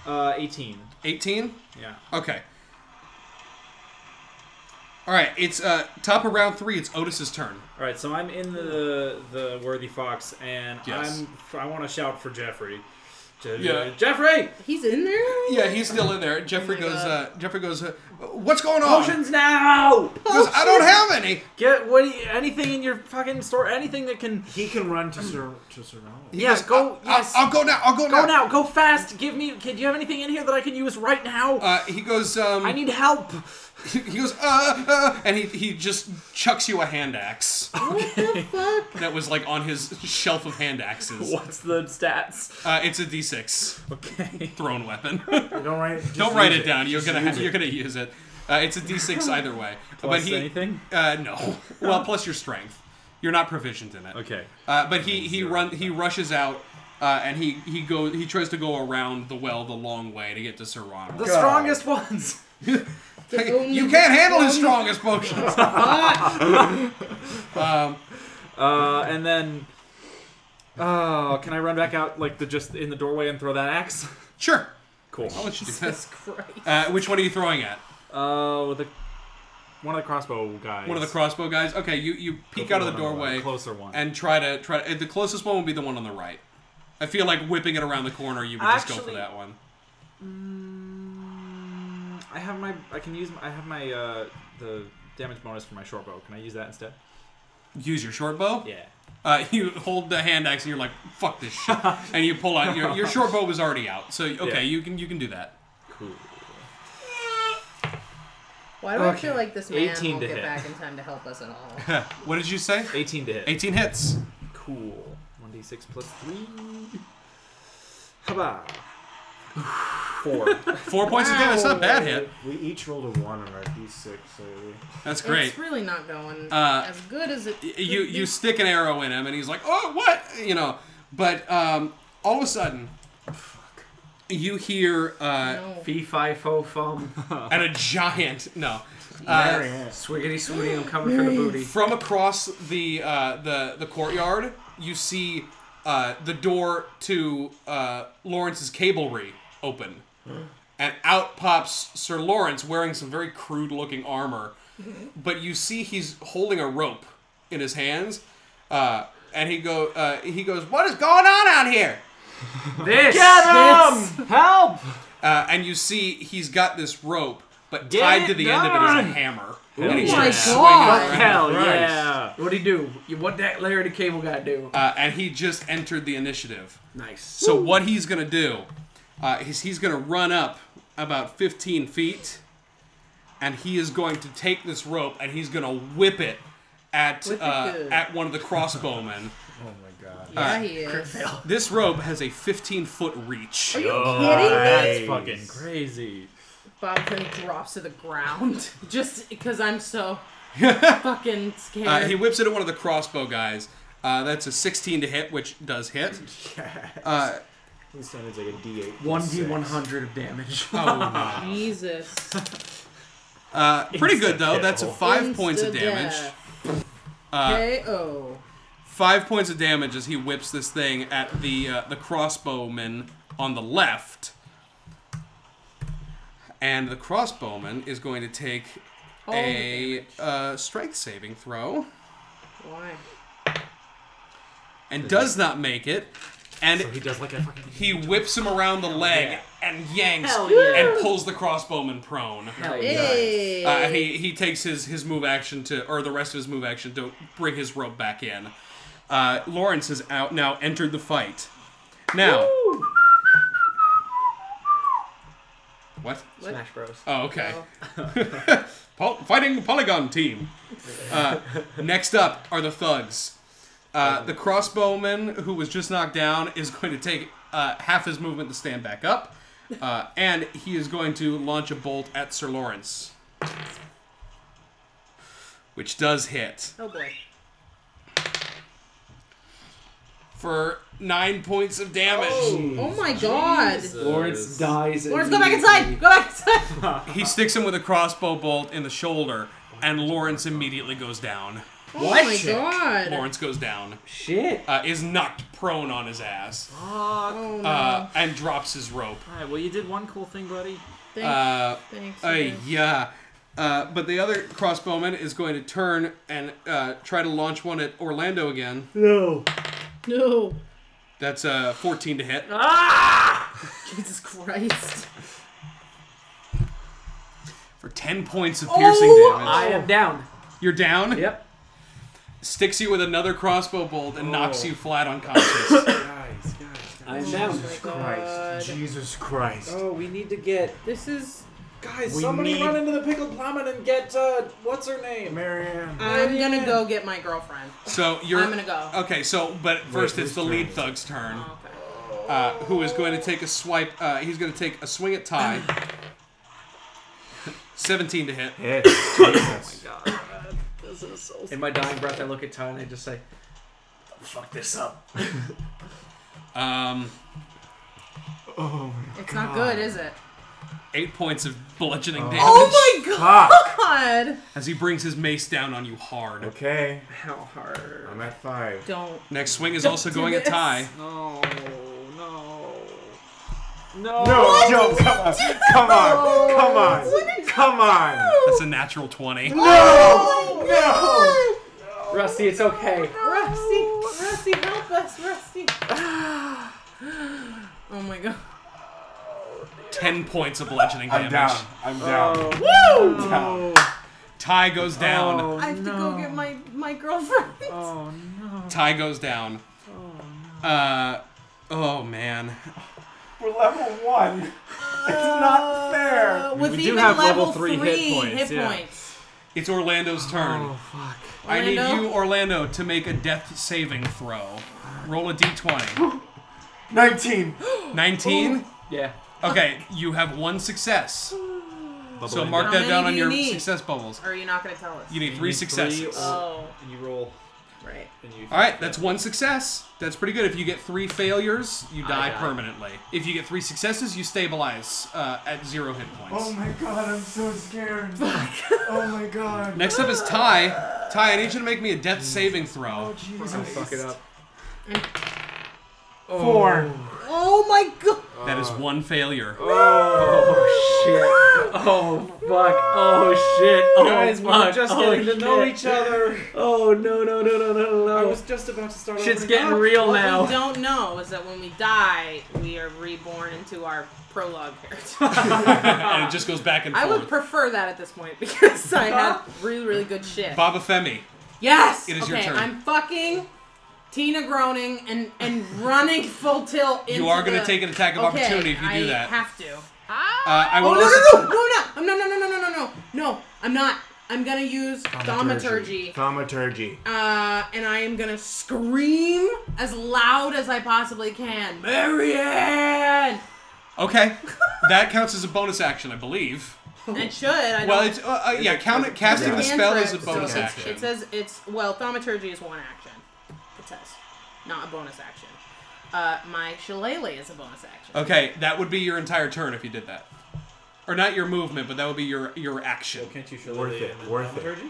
B: Uh, 18.
A: 18?
B: Yeah.
A: Okay. All right, it's uh top of round 3. It's Otis's turn.
B: All right, so I'm in the the worthy fox, and
A: Yes.
B: I'm I want to shout for Jeffrey. Je-
A: Yeah.
B: Jeffrey,
G: He's in there?
A: Yeah, he's still in there. Jeffrey
B: Oh
G: my
A: goes
G: God.
A: uh Jeffrey goes uh, what's going on?
B: potions now!
A: He goes, I don't have any.
B: Get what? do you- anything in your fucking store? Anything that can?
C: He can run to Sir to Sorrel.
A: He
B: Yes,
A: goes,
B: go-
A: "I'll-
B: yes.
A: I'll, I'll go now. I'll go,
B: Go now! Go fast! Give me. Can, do you have anything in here that I can use right now?
A: Uh, he goes um
B: I need help.
A: he goes uh, uh and he he just chucks you a hand axe.
G: What the fuck?
A: that was like on his shelf of hand axes.
B: What's the stats?
A: Uh, it's a D6
B: Okay.
A: thrown weapon.
C: Don't write. just
A: Don't write
C: use
A: it down. You're
C: Just
A: gonna
C: use
A: ha- you're gonna use it. Uh, it's a D6 either way. but he
B: anything?
A: uh, no. Well, plus your strength. You're not proficient in it.
B: Okay.
A: Uh, but he he run he rushes out. Uh, and he he go he tries to go around the well the long way to get to Sir Ronald.
B: The strongest ones.
A: Hey, you can't handle his strongest potions.
B: Uh, and then. Oh, can I run back out like the just in the doorway and throw that axe?
A: Sure,
B: Cool.
A: I'll let you do that.
G: Jesus Christ.
A: Uh, which one are you throwing at?
B: Uh, with the one of the crossbow guys.
A: One of the crossbow guys. Okay, you you peek out of the
B: One on
A: doorway.
B: closer one.
A: and try to try. To, the closest one would be the one on the right. I feel like whipping it around the corner. You would just go
B: Actually-
A: for that one.
B: Mm, I have my. I can use. my- I have my uh the damage bonus for my short bow. Can I use that instead?
A: Use your short bow.
B: Yeah.
A: Uh, you hold the hand axe and you're like, "Fuck this shit," and you pull out your your short bow was already out. So okay,
B: Yeah.
A: you can you can do that.
B: Cool.
G: Why do I feel like this
B: 18
G: man won't
B: to
G: get
B: hit.
G: back in time to help us at all?
A: what did you say?
B: Eighteen to hit.
A: Eighteen hits.
B: Cool. One d d6 plus 3.
C: Haba. Four.
A: Four points again. That's not a bad hit.
C: we each rolled a one on our d6. So we...
A: That's great.
G: It's really not going
A: Uh,
G: as good as it. could
A: you
G: be.
A: you stick an arrow in him and he's like oh what you know but um, all of a sudden you hear uh,
G: No.
I: Fee fi fo fum.
A: and a giant no
C: Very
A: uh,
C: nice.
I: Swiggity swooty, I'm coming for the booty.
A: from across the uh, the the courtyard you see uh, the door to uh, Lawrence's cablery open and out pops Sir Lawrence wearing some very crude looking armor but you see he's holding a rope in his hands uh, and he go uh, he goes what is going on out here
I: This!
B: Help!
A: Uh, and you see he's got this rope, but tied to the end of it is a hammer. and he's
B: Oh
A: trying
B: my
A: to swing it around.
B: Hell
C: Christ.
B: yeah!
I: What'd he do? You- What'd that Larry the Cable Guy do?
A: Uh, and he just entered the initiative.
I: nice.
A: So what he's gonna do uh, is he's gonna run up about 15 feet, and he is going to take this rope and he's gonna whip it at
G: Whip it
A: uh,
G: good.
A: at one of the crossbowmen.
C: Oh my god.
G: Yeah, he is.
A: this rope has a 15 foot reach.
G: Are you kidding me?
B: That's fucking crazy.
G: Bob Finney drops to the ground just because I'm so fucking scared.
A: Uh, he whips it at one of the crossbow guys. Uh, that's a 16 to hit, which does hit. Uh,
C: This sounds like a d8.
I: 1d100 of damage.
G: Jesus.
A: Uh, pretty good though.
B: Insta-kill.
A: That's a five points of
G: Insta
A: damage.
G: death.
A: Uh,
G: KO.
A: Five points of damage as he whips this thing at the uh, the crossbowman on the left, and the crossbowman is going to take
G: All the
A: a uh, strength saving throw
G: Why?
A: and does not make it. And
I: So he does like a fucking.
A: he whips him around the leg and yanks
I: Hell Oh, yeah.
A: and pulls the crossbowman prone.
I: Hell
G: Hey.
A: Uh, and he he takes his his move action to or the rest of his move action to bring his rope back in. Uh, Lawrence has out now entered the fight. Now. What?
I: Smash Bros.
A: Oh, okay. Pol- fighting Polygon team. Uh, next up are the thugs. Uh, the crossbowman who was just knocked down is going to take uh, half his movement to stand back up, uh, and he is going to launch a bolt at Sir Lawrence, which does hit
G: Oh boy.
A: for nine points of damage.
G: Oh my god.
I: Lawrence dies.
G: Lawrence, go back inside. Go back inside.
A: He sticks him with a crossbow bolt in the shoulder, and Lawrence immediately goes down.
G: Oh my god.
A: Lawrence goes down.
I: Shit.
A: uh, is knocked prone on his ass
G: Oh no.
A: uh, and drops his rope.
B: Alright, well, you did one cool thing, buddy.
G: Thanks.
A: Uh,
G: Thanks.
A: uh,
G: guys.
A: yeah. Uh, but the other crossbowman is going to turn and uh, try to launch one at Orlando again.
G: No.
A: That's uh, 14 to hit. Ah!
G: Jesus Christ.
A: For 10 points of piercing
G: Oh,
A: damage.
I: I am down.
A: You're down,
I: Yep.
A: sticks you with another crossbow bolt, and
G: Oh.
A: knocks you flat unconscious.
C: Guys, guys,
I: I
C: guys.
I: am down.
G: my God.
C: Christ. Jesus Christ.
I: Oh, we need to get.
G: This is.
I: Guys,
C: We
I: somebody
C: need-
I: run into the pickled plummet and get, uh, what's her name?
C: Marianne.
G: I'm gonna go get my girlfriend.
A: so you're.
G: I'm gonna go.
A: Okay, so, but first
C: whose
A: it's the
C: turn
A: lead
C: is it?
A: thug's turn,
G: Oh, okay.
A: uh, who is going to take a swipe. Uh, he's going to take a swing at Ty. 17 to hit.
C: Hit. Jesus.
I: God, this is so In my dying breath, I look at Ty and I just say, "Don't fuck this up.
A: Um,
C: Oh
G: It's not good, is it?
A: eight points of bludgeoning damage
G: Oh my
C: my fuck.
G: god.
A: as he brings his mace down on you hard.
C: Okay,
I: How hard?
C: I'm at five.
G: Don't.
A: Next swing is
G: Don't
A: also
G: do
A: going at
G: this.
A: Ty.
I: No, no. No.
C: No, no, come on, come on, come on, come on.
A: That's a natural 20.
C: No, no.
I: Rusty, it's okay.
G: Rusty, Rusty, help us, Rusty. oh my god.
A: 10 points of bludgeoning
C: I'm
A: damage.
C: down. I'm
I: Oh.
C: down.
G: Woo!
C: I'm down.
A: Ty goes down.
G: I have to go get my my girlfriend.
A: Ty goes down. Uh, oh man.
C: We're level one. It's not fair.
G: With
B: We do
G: even
B: have
G: level,
B: level three hit
G: three
B: points, yeah.
G: points.
A: It's Orlando's turn. Oh fuck! I need
G: Orlando?
A: you, Orlando, to make a death saving throw. Roll a d20.
C: 19.
A: 19.
B: Yeah.
A: Okay, you have one success. So
C: Bubbling.
A: mark
G: How
A: that
G: many
A: down
G: do
A: on
G: you
A: your
G: need?
A: success bubbles.
G: Or are you not gonna tell us?
A: You need
B: You
A: three
B: need
A: successes.
B: or-
G: Oh,
B: And you roll.
G: right.
B: And you
A: All right, that's one success. That's pretty good. If you get three failures, you die
I: die.
A: permanently. If you get three successes, you stabilize uh, at zero hit points.
C: Oh my god, I'm so scared. oh my god.
A: Next up is Ty. Ty, I need you to make me a death saving throw.
C: Jesus.
B: fuck it up.
C: Four.
G: Oh my god.
A: That is one failure.
I: Oh shit. Oh fuck. Oh shit. Oh
B: Guys, we
I: fuck.
B: were just
I: oh,
B: getting to know
I: shit.
B: each other.
I: Oh no no no no no
B: I
I: no.
B: was just about to start.
I: Shit's
B: opening
I: getting
B: up.
I: real
G: What we
I: now.
G: don't know is that when we die, we are reborn into our prologue character.
A: And it just goes back and
G: I
A: forth.
G: would prefer that at this point because I had really, really good shit.
A: Baba Femi.
G: Yes.
A: It is
G: okay,
A: your turn.
G: I'm fucking Tina groaning and and running full tilt into
A: You are going
G: the-
A: to take an attack of
G: okay,
A: opportunity if you do
G: I
A: that.
G: have to.
A: uh, I will
G: Oh no
A: also-
G: no no no no no no no no no no no! I'm not. I'm gonna use thaumaturgy.
C: Thaumaturgy.
G: Uh, and I am gonna scream as loud as I possibly can. Marianne!
A: Okay. that counts as a bonus action, I believe.
G: It should. I
A: Well,
G: don't-
A: it's, uh, uh, yeah, count it, casting
C: yeah.
A: the spell is a
G: cantrip, so
A: bonus
G: it's-
A: action.
G: It says it's well, thaumaturgy is one action. It says, not a bonus action. Uh, my shillelagh is a bonus action.
A: Okay, that would be your entire turn if you did that. Or not your movement, but that would be your your action.
B: Can't you shillelagh
C: Worth it,
B: and then
C: worth it.
B: thaumaturgy?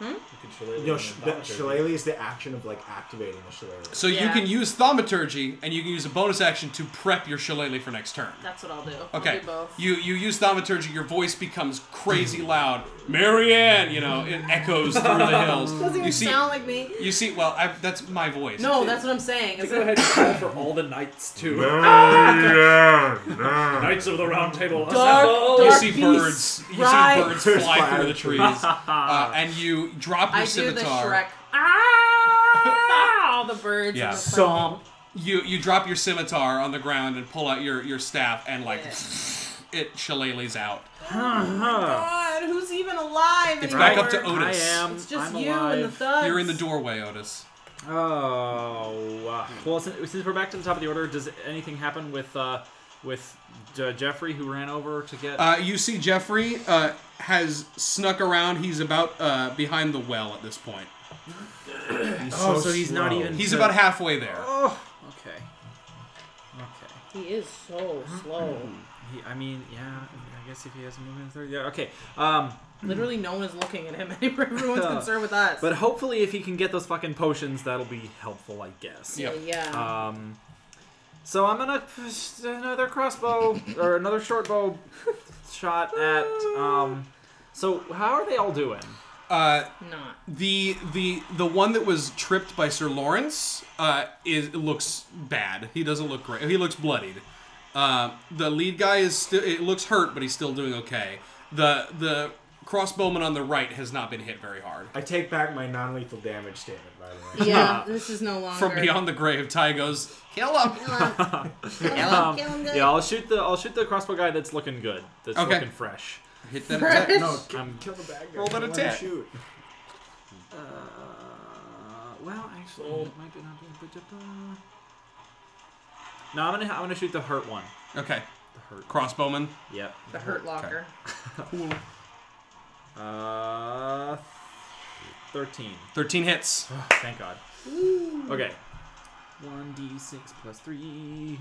B: Hmm? You can shillelagh
C: No,
B: and
C: sh-
B: then
C: the
B: thaumaturgy.
C: shillelagh is the action of like activating the shillelagh.
A: So you
G: Yeah.
A: can use thaumaturgy and you can use a bonus action to prep your shillelagh for next turn.
G: That's what I'll do. I'll
A: Okay.
G: do both.
A: You you use thaumaturgy, your voice becomes crazy loud. Marianne, you know, it echoes through the hills.
G: Doesn't even
A: you see
G: sound like me.
A: you see well, I, that's my voice.
G: No, that's what I'm saying. Is
B: Go
G: that
B: ahead and call for all the knights
C: Oh,
B: too. Knights of the Round Table.
G: dark,
A: You
G: dark
A: see
G: beasts
A: birds. You
G: rise.
A: see birds fly
C: fly
A: through the
C: out.
A: trees, uh, and you drop your
G: I do the
A: scimitar.
G: Shrek. Ah! All the birds.
A: Yeah.
G: And the
I: Some.
A: you you drop your scimitar on the ground and pull out your your staff and like it shillelaghs out.
I: Uh-huh.
G: God, who's even alive
A: It's
G: anymore?
A: back up to
I: I
A: Otis.
I: am.
G: It's just
I: I'm
G: you
I: alive.
G: and the thugs.
A: You're in the doorway, Otis.
B: Oh. uh, Well, since, since we're back to the top of the order, does anything happen with uh, with uh, Jeffrey who ran over to get?
A: Uh, you see Jeffrey uh, has snuck around. He's about uh, behind the well at this point.
I: Oh, so he's not even-
A: He's about halfway there.
B: okay. Okay.
G: He is so slow.
B: He, I mean, yeah. I guess if he has movement through, yeah. Okay. Um,
G: Literally, no one is looking at him anymore. Everyone's concerned with us.
B: but hopefully, if he can get those fucking potions, that'll be helpful, I guess.
A: Yeah. Uh,
G: yeah. yeah.
B: Um. So I'm gonna push another crossbow or another short bow shot at. Um. So how are they all doing?
A: Uh,
G: Not.
A: the the the one that was tripped by Sir Lawrence uh, is looks bad. He doesn't look great. He looks bloodied. Uh, the lead guy is still. It looks hurt, but he's still doing okay. The the crossbowman on the right has not been hit very hard.
C: I take back my non-lethal damage statement, by the way.
G: Yeah, this is no longer.
A: From beyond the grave, Ty goes, "Kill him!"
B: Um, yeah, I'll shoot the I'll shoot the crossbow guy that's looking good. That's
A: Okay.
B: looking fresh.
A: Hit that attack.
C: No, ki-
B: Um,
C: kill the bad guy.
A: Roll that
C: Let him
A: attack.
C: Shoot.
B: Uh, well, actually, it might be not be. but, uh, No, I'm gonna I'm gonna shoot the hurt one.
A: Okay,
B: The hurt.
A: crossbowman.
B: Yep.
G: The Hurt Locker.
B: Uh, thirteen.
A: Thirteen hits.
B: Thank God. Okay. One d six plus three.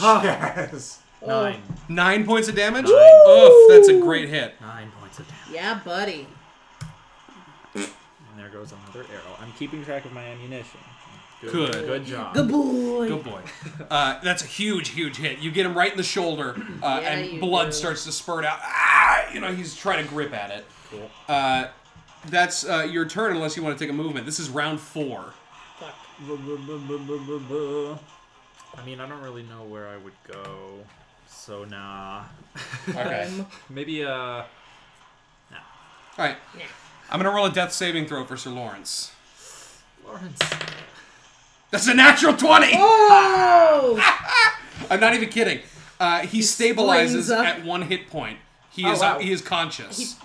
C: Yes.
B: Nine.
A: Nine points of damage.
B: Nine.
A: Oof, that's a great hit.
B: Nine points of damage.
G: Oh, Yeah, buddy.
B: And there goes another arrow. I'm keeping track of my ammunition.
A: Good.
B: Good job.
G: Good boy.
A: Good boy. Uh, that's a huge, huge hit. You get him right in the shoulder, uh,
G: Yeah,
A: and
G: you
A: blood
G: do.
A: starts to spurt out. Ah! You know, he's trying to grip at it.
B: Cool.
A: Uh, that's uh, your turn, unless you want to take a movement. This is round four.
B: I mean, I don't really know where I would go, so nah.
A: Okay. All
G: Um,
B: Maybe uh,
A: right. I'm going to roll a death saving throw for Sir Lawrence.
B: Lawrence.
A: That's a natural 20!
G: Oh!
A: I'm not even kidding. Uh, he stabilizes
G: up.
A: at one hit point. He is
B: wow.
A: he is conscious.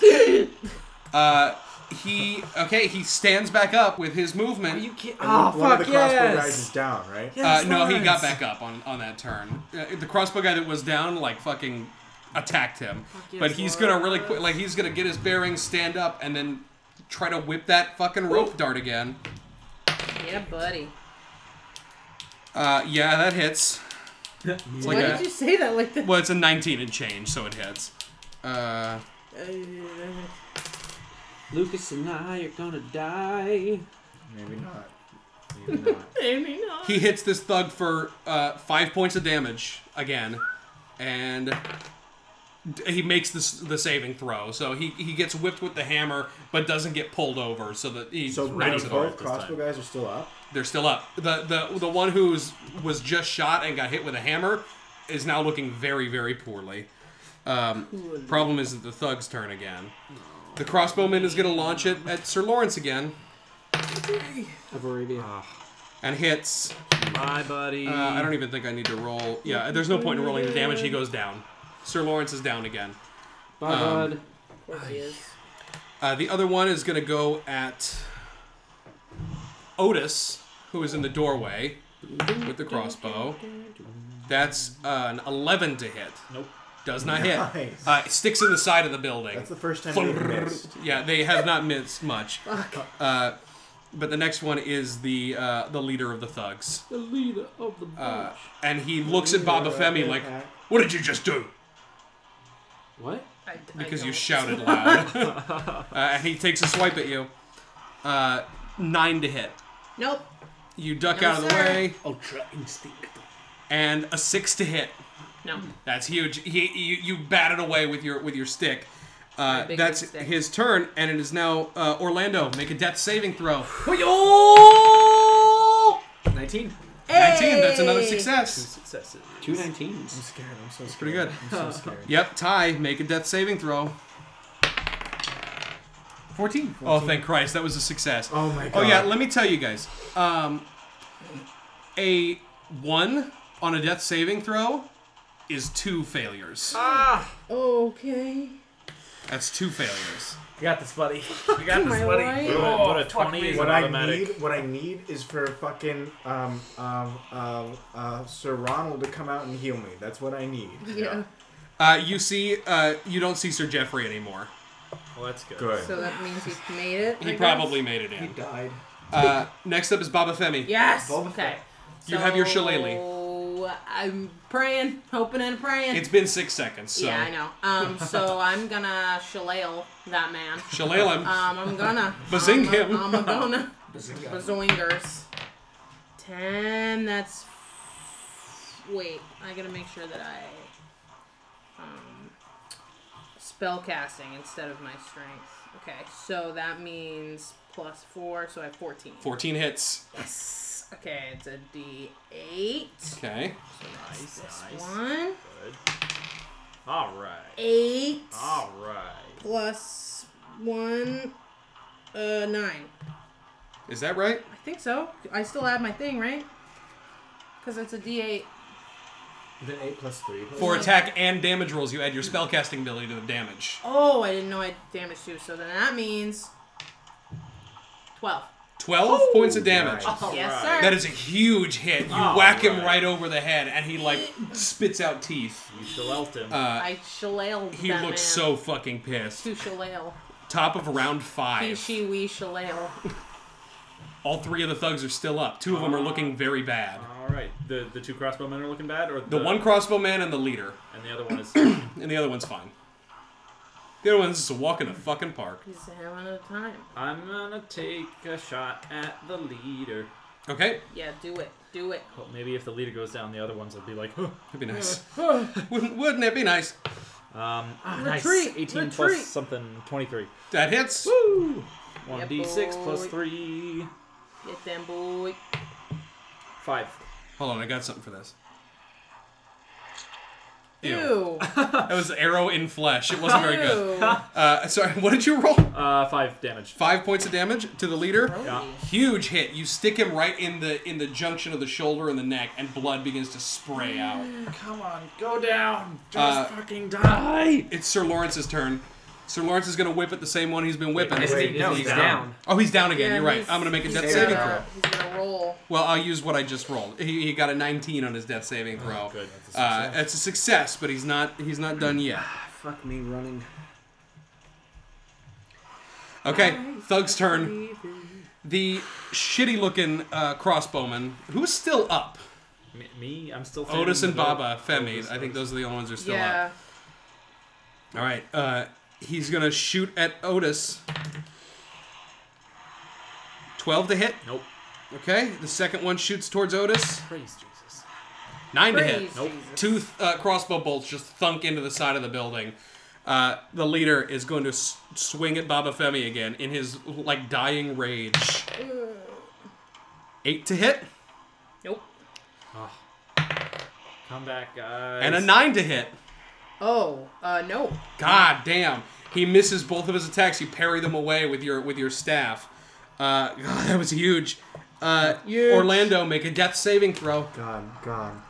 A: Uh, he okay. He stands back up with his movement.
B: You can't.
C: And
B: Oh,
C: one- one
B: fuck
C: of the
B: yes.
C: crossbow guys is down, right?
A: Uh,
B: Yes,
A: no, he
B: Lawrence.
A: got back up on, on that turn. Uh, the crossbow guy that was down, like, fucking attacked him.
B: yes,
A: but he's gonna really quick, like, he's gonna get his bearings, stand up, and then try to whip that fucking rope dart again.
G: Yeah, buddy.
A: Uh, yeah, that hits. It's like
G: Why
A: a,
G: did you say that like that?
A: well, it's a 19 and change, so it hits. Uh,
I: Lucas and I are gonna die.
C: Maybe not. Maybe not.
G: Maybe not.
A: he hits this thug for uh, five points of damage again, and d- he makes this the saving throw. So he, he gets whipped with the hammer, but doesn't get pulled over, so that he's
C: So
A: ready
C: both
A: to go.
C: crossbow guys are still up.
A: They're still up. The the the one who's was just shot and got hit with a hammer is now looking very very poorly. Um, problem is that the thug's turn again. The crossbowman is going to launch it at Sir Lawrence again Ah.
I: Of Arabia.
A: and hits.
B: Bye, buddy.
A: Uh, I don't even think I need to roll. Yeah, there's no point in rolling the damage. He goes down. Sir Lawrence is down again.
I: Bye,
A: um,
I: bud.
A: Uh, the other one is going to go at Otis, who is in the doorway with the crossbow. That's uh, an 11 to hit. Nope. Does not hit.
C: Nice.
A: Uh, it sticks in the side of the building.
C: That's the first time they've missed.
A: Yeah, they have not missed much. Uh, but the next one is the uh, the leader of the thugs.
I: The leader of the
A: Uh,
I: bunch.
A: and he looks at Boba Femi like, What did you just do?
I: what?
G: I,
A: because you shouted loud. uh, and he takes a swipe at you. Uh, nine to hit.
G: Nope.
A: You duck
G: No,
A: out of the
G: sir.
A: way,
I: Ultra instinct.
A: and a six to hit.
G: No.
A: That's huge. He you, you bat it away with your with your stick. Uh,
G: big
A: that's
G: red stick.
A: his turn, and it is now uh, Orlando. Make a death saving throw.
B: Nineteen.
A: Nineteen. That's another success.
B: Successes.
I: Two 19s.
C: scared. I'm so scared.
A: Pretty good.
C: I'm so scared.
A: Yep. Ty, make a death saving throw.
B: 14.
A: Oh, thank Christ, that was a success.
C: Oh my god.
A: Oh yeah, let me tell you guys. Um, a one on a death saving throw is two failures.
B: Ah,
G: Okay.
A: That's two failures.
I: You got this, buddy.
B: you got
G: Am
B: this,
G: I
B: buddy.
G: right?
B: Oh, what a 20 is
C: What
B: an
C: I
B: automatic.
C: need, what I need, is for fucking um, um, um, uh, Sir Ronald to come out and heal me. That's what I need.
G: Yeah.
A: Uh, you see, uh, you don't see Sir Jeffrey anymore.
B: Well, that's good.
C: Good.
G: So that means he made it. I
A: He
G: guess?
A: probably made it in.
I: Died.
A: Uh, next up is Baba Femi.
G: Yes.
C: Boba
G: okay.
C: Fett.
A: You have your shillelagh.
G: So, I'm praying, hoping and praying.
A: It's been six seconds, so
G: Yeah, I know. Um, so I'm gonna shillelagh that man.
A: Shalalim.
G: Um, I'm gonna.
A: Bazing
G: I'm
A: him.
G: I'm gonna. Bazoingers. Ten. That's. Wait, I gotta make sure that I. Um, spell casting instead of my strength. Okay, so that means plus four, so I have 14.
A: fourteen hits.
G: Yes! Okay, it's a d8.
A: Okay.
B: Nice, nice.
G: One.
B: All right.
G: Eight.
B: All right.
G: plus one, uh, nine.
A: Is that right?
G: I think so. I still have my thing, right? Because it's a D8.
C: Then eight plus three. Plus
A: For attack and damage rolls, you add your spellcasting ability to the damage.
G: Oh, I didn't know I damaged two. So then that means 12.
A: Twelve points of damage.
C: Oh, nice.
G: yes,
B: right.
G: sir.
A: That is a huge hit. You
I: Oh,
B: All
A: whack him
B: right.
A: right over the head, and he like spits out teeth.
B: You shellelt him.
A: Uh,
G: I shillelaghed
A: he
G: that
A: looks
G: man.
A: so fucking pissed.
G: To shillel.
A: Top of round
G: He,
A: five.
G: she, we shillel.
A: All three of the thugs are still up. Two of them are looking very bad.
B: All right. The the two crossbowmen are looking bad, or the,
A: The one crossbow man and the leader,
B: and the other one is.
A: and the other one's fine. The other one's just a walk in the fucking park.
G: He's having a time.
B: I'm gonna take a shot at the leader.
A: Okay,
G: Yeah, do it. Do it.
B: Well, maybe if the leader goes down, the other ones will be like, huh.
A: that'd be nice. wouldn't, wouldn't it be nice?
B: um, ah, nice.
G: Retreat,
B: 18 plus
G: retreat.
B: something, 23.
A: That hits.
B: Woo! 1d6
G: boy.
B: plus 3.
G: Get them, boy.
B: 5.
A: Hold on, I got something for this. Ew.
G: Ew.
A: That was arrow in flesh. It wasn't very good.
G: Ew.
A: Uh, sorry, what did you roll?
B: Uh, 5 damage.
A: Five points of damage to the leader.
B: Yeah.
A: huge hit. You stick him right in the in the junction of the shoulder and the neck, and blood begins to spray out.
G: Mm.
B: Come on, go down!
A: Uh,
B: fucking die!
A: It's Sir Lawrence's turn. Sir Lawrence is going to whip at the same one he's been whipping.
I: Is
C: Wait,
I: he- no,
C: no, he's
I: he's
C: down.
I: down.
A: oh, he's down again.
G: Yeah,
A: You're right.
G: he's-
A: I'm going to make a
G: he's
A: death
G: gonna-
A: saving throw.
G: He's gonna roll.
A: Well, I'll use what I just rolled. He, he got a 19 on his death saving throw.
C: Oh, good. That's a Ah,
A: Uh, it's a success, but he's not he's not done yet.
I: Fuck me running.
A: Okay, Thug's turn. The shitty looking uh, crossbowman, who's still up.
B: Me, me I'm still.
A: Otis
B: fighting
A: and
B: the-
A: Baba, Femi.
B: Otis,
A: I think those are the only ones who are still
G: Yeah.
A: up. All right, uh, he's gonna shoot at Otis. Twelve to hit.
B: Nope.
A: Okay, the second one shoots towards Otis.
B: Praise Jesus.
A: Nine to hit.
G: Praise
B: Nope.
G: Jesus.
A: Two th- uh, crossbow bolts just thunk into the side of the building. Uh, the leader is going to s- swing at Baba Femi again in his like dying rage. Eight to hit
G: Nope.
B: Come back, guys.
A: and a nine to hit.
G: Oh, uh, no.
A: God damn! He misses both of his attacks. You parry them away with your with your staff. Uh, God, that was huge. Uh, Orlando, make a death saving throw.
C: Gone, gone.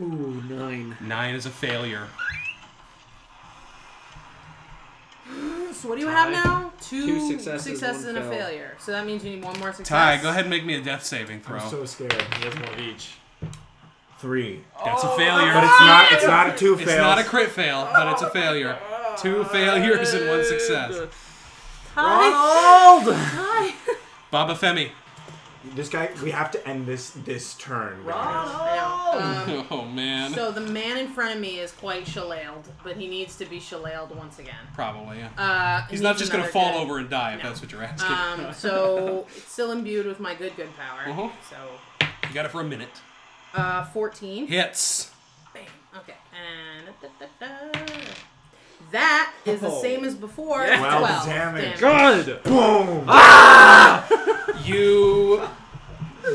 I: Ooh, nine.
A: Nine is a failure.
G: So what do you have now? Two,
I: Two successes, one
G: and a
I: fail.
G: failure. So that means you need one more success.
A: Ty, go ahead and make me a death saving throw.
C: I'm so scared.
B: He has one of each.
C: Three.
A: That's a
G: Oh.
A: failure.
C: But it's not. It's not a two fail.
A: It's not a crit fail, but it's a failure. Two failures and one success.
G: Ty,
C: Ronald.
G: Ty.
A: Baba Femi.
C: This guy. We have to end this this turn.
B: Uh,
G: Yeah, um,
A: Oh man.
G: so the man in front of me is quite shillelaghed, but he needs to be shillelaghed once again.
A: Probably. Yeah.
G: Uh,
A: He's
G: needs
A: not just gonna
G: another
A: fall
G: good-
A: over and die if
G: No.
A: that's what you're asking.
G: Um, so it's still imbued with my good good power.
A: Uh-huh.
G: So
A: you got it for a minute.
G: uh, fourteen.
A: Hits.
G: Bam. Okay, and da, da, da. that is the same as before.
C: Oh. Well,
G: Twelve.
C: damage.
B: Good.
C: Boom.
A: You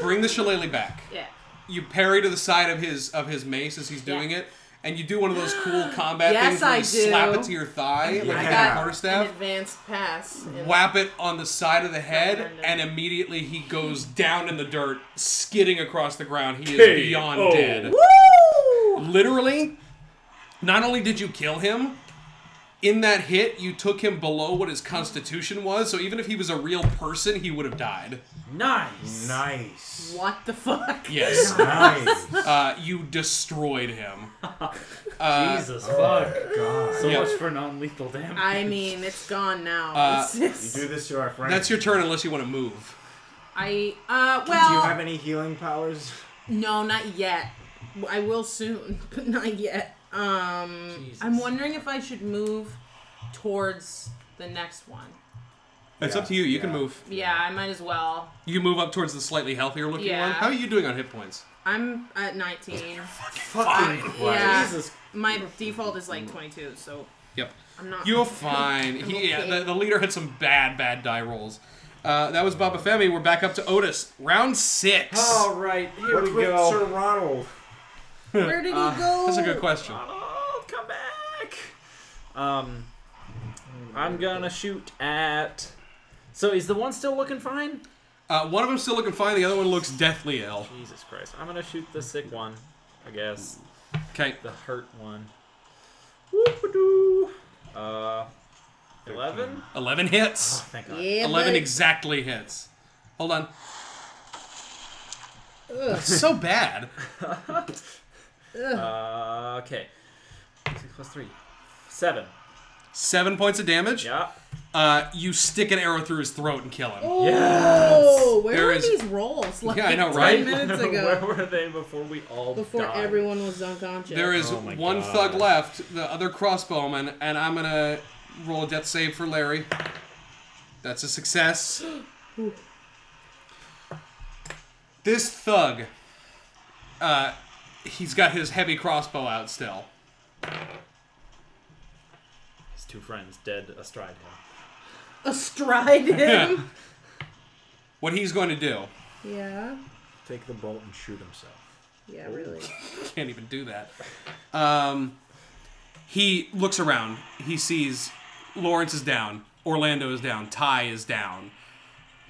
A: bring the shillelagh back.
G: Yeah.
A: you parry to the side of his of his mace as he's doing it, and you do one of those cool combat
G: Yes,
A: things where
G: I
A: you slap
G: do.
A: it to your thigh like
C: I
A: you
C: got
A: got a
G: An
A: quarterstaff,
G: advanced pass. in-
A: whap it on the side of the head,
G: Recommended.
A: and immediately he goes down in the dirt, skidding across the ground. He
C: K.O..
A: is beyond dead. Literally, not only did you kill him. In that hit, you took him below what his constitution was, so even if he was a real person, he would have died.
B: Nice.
C: Nice.
G: What the fuck?
A: Yes.
C: Nice.
A: Uh, you destroyed him.
B: Jesus fuck.
C: God.
B: So
A: Uh, Yeah.
B: much for non-lethal damage.
G: I mean, it's gone now.
A: Uh,
G: It's just-
C: You do this to our friend.
A: That's your turn unless you want to move.
G: I uh
C: Do you
G: well
C: have any healing powers?
G: no not yet. I will soon, but not yet. Um, I'm wondering if I should move towards the next one.
A: It's
C: Yeah,
A: up to you. You can
C: yeah.
A: move.
G: Yeah, I might as well.
A: You can move up towards the slightly healthier looking
G: Yeah.
A: one. How are you doing on hit points?
G: I'm at 19.
C: Fucking
G: Yeah,
B: Jesus.
G: my default is like 22, so
A: Yep.
G: I'm not.
A: You're fine. He, yeah,
G: okay.
A: the, the leader had some bad, bad die rolls. Uh, that was Baba Femi. We're back up to Otis. Round six.
G: Oh.
I: All right, here
C: What's
I: we
C: with
I: go.
C: Sir Ronald?
G: Where did he go?
A: uh, That's a good question.
B: Ronald, Oh, come back. Um, I'm gonna shoot at. So is the one still looking fine?
A: Uh, one of them's still looking fine. The other one looks deathly ill.
B: Jesus Christ! I'm gonna shoot the sick one. I guess
A: Okay.
B: the hurt one. Whoop-a-doo. Uh, eleven.
A: 11 hits.
B: Thank God.
G: Yeah,
A: 11
G: but-
A: exactly hits. Hold on. That's so bad.
B: Uh, okay. Six plus three. Seven.
A: Seven points of damage.
B: Yeah.
A: Uh, you stick an arrow through his throat and kill him.
G: Oh, where
A: There
G: were
A: is-
G: these rolls? Like
A: Yeah, I know,
G: 10
A: right?
G: minutes
B: Where
G: ago,
B: were they before we all
G: before
B: died?
G: everyone was unconscious.
A: There is
B: Oh
A: one
B: my God.
A: thug left, the other crossbowman, and I'm gonna roll a death save for Larry. That's a success. this thug, uh, he's got his heavy crossbow out still.
B: His two friends dead astride him.
G: astride him.
A: What he's going to do?
G: yeah.
C: Take the bolt and shoot himself.
G: Yeah, really.
A: Can't even do that. Um, he looks around. He sees Lawrence is down. Orlando is down. Ty is down.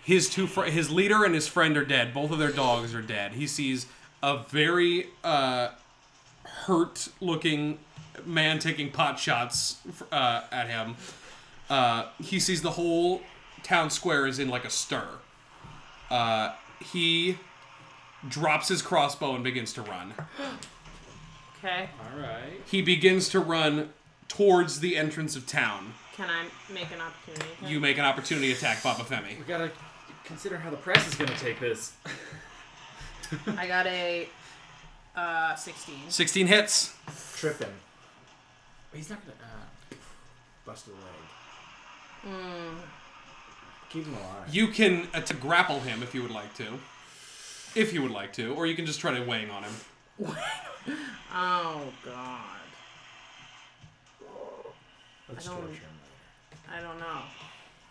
A: His two, fr- his leader and his uh, friend are dead. Both of their dogs are dead. He sees a very uh, hurt-looking man taking pot shots uh, at him, uh, he sees the whole town square is in like a stir. Uh, he drops his crossbow and begins to run.
G: Okay.
I: All right.
A: He begins to run towards the entrance of town.
G: Can I make an opportunity? attack?
A: You make an opportunity attack, Papa Femi.
I: We gotta consider how the press is gonna take this.
G: I got a uh, 16.
A: 16 hits.
C: Tripping.
I: He's not gonna. Uh,
C: Bust a leg. Keep him alive.
A: You can uh, to grapple him if you would like to. If you would like to, or you can just try to weighing on him.
G: Oh, God.
C: Let's
G: I don't-
C: torture him. later.
G: I don't know.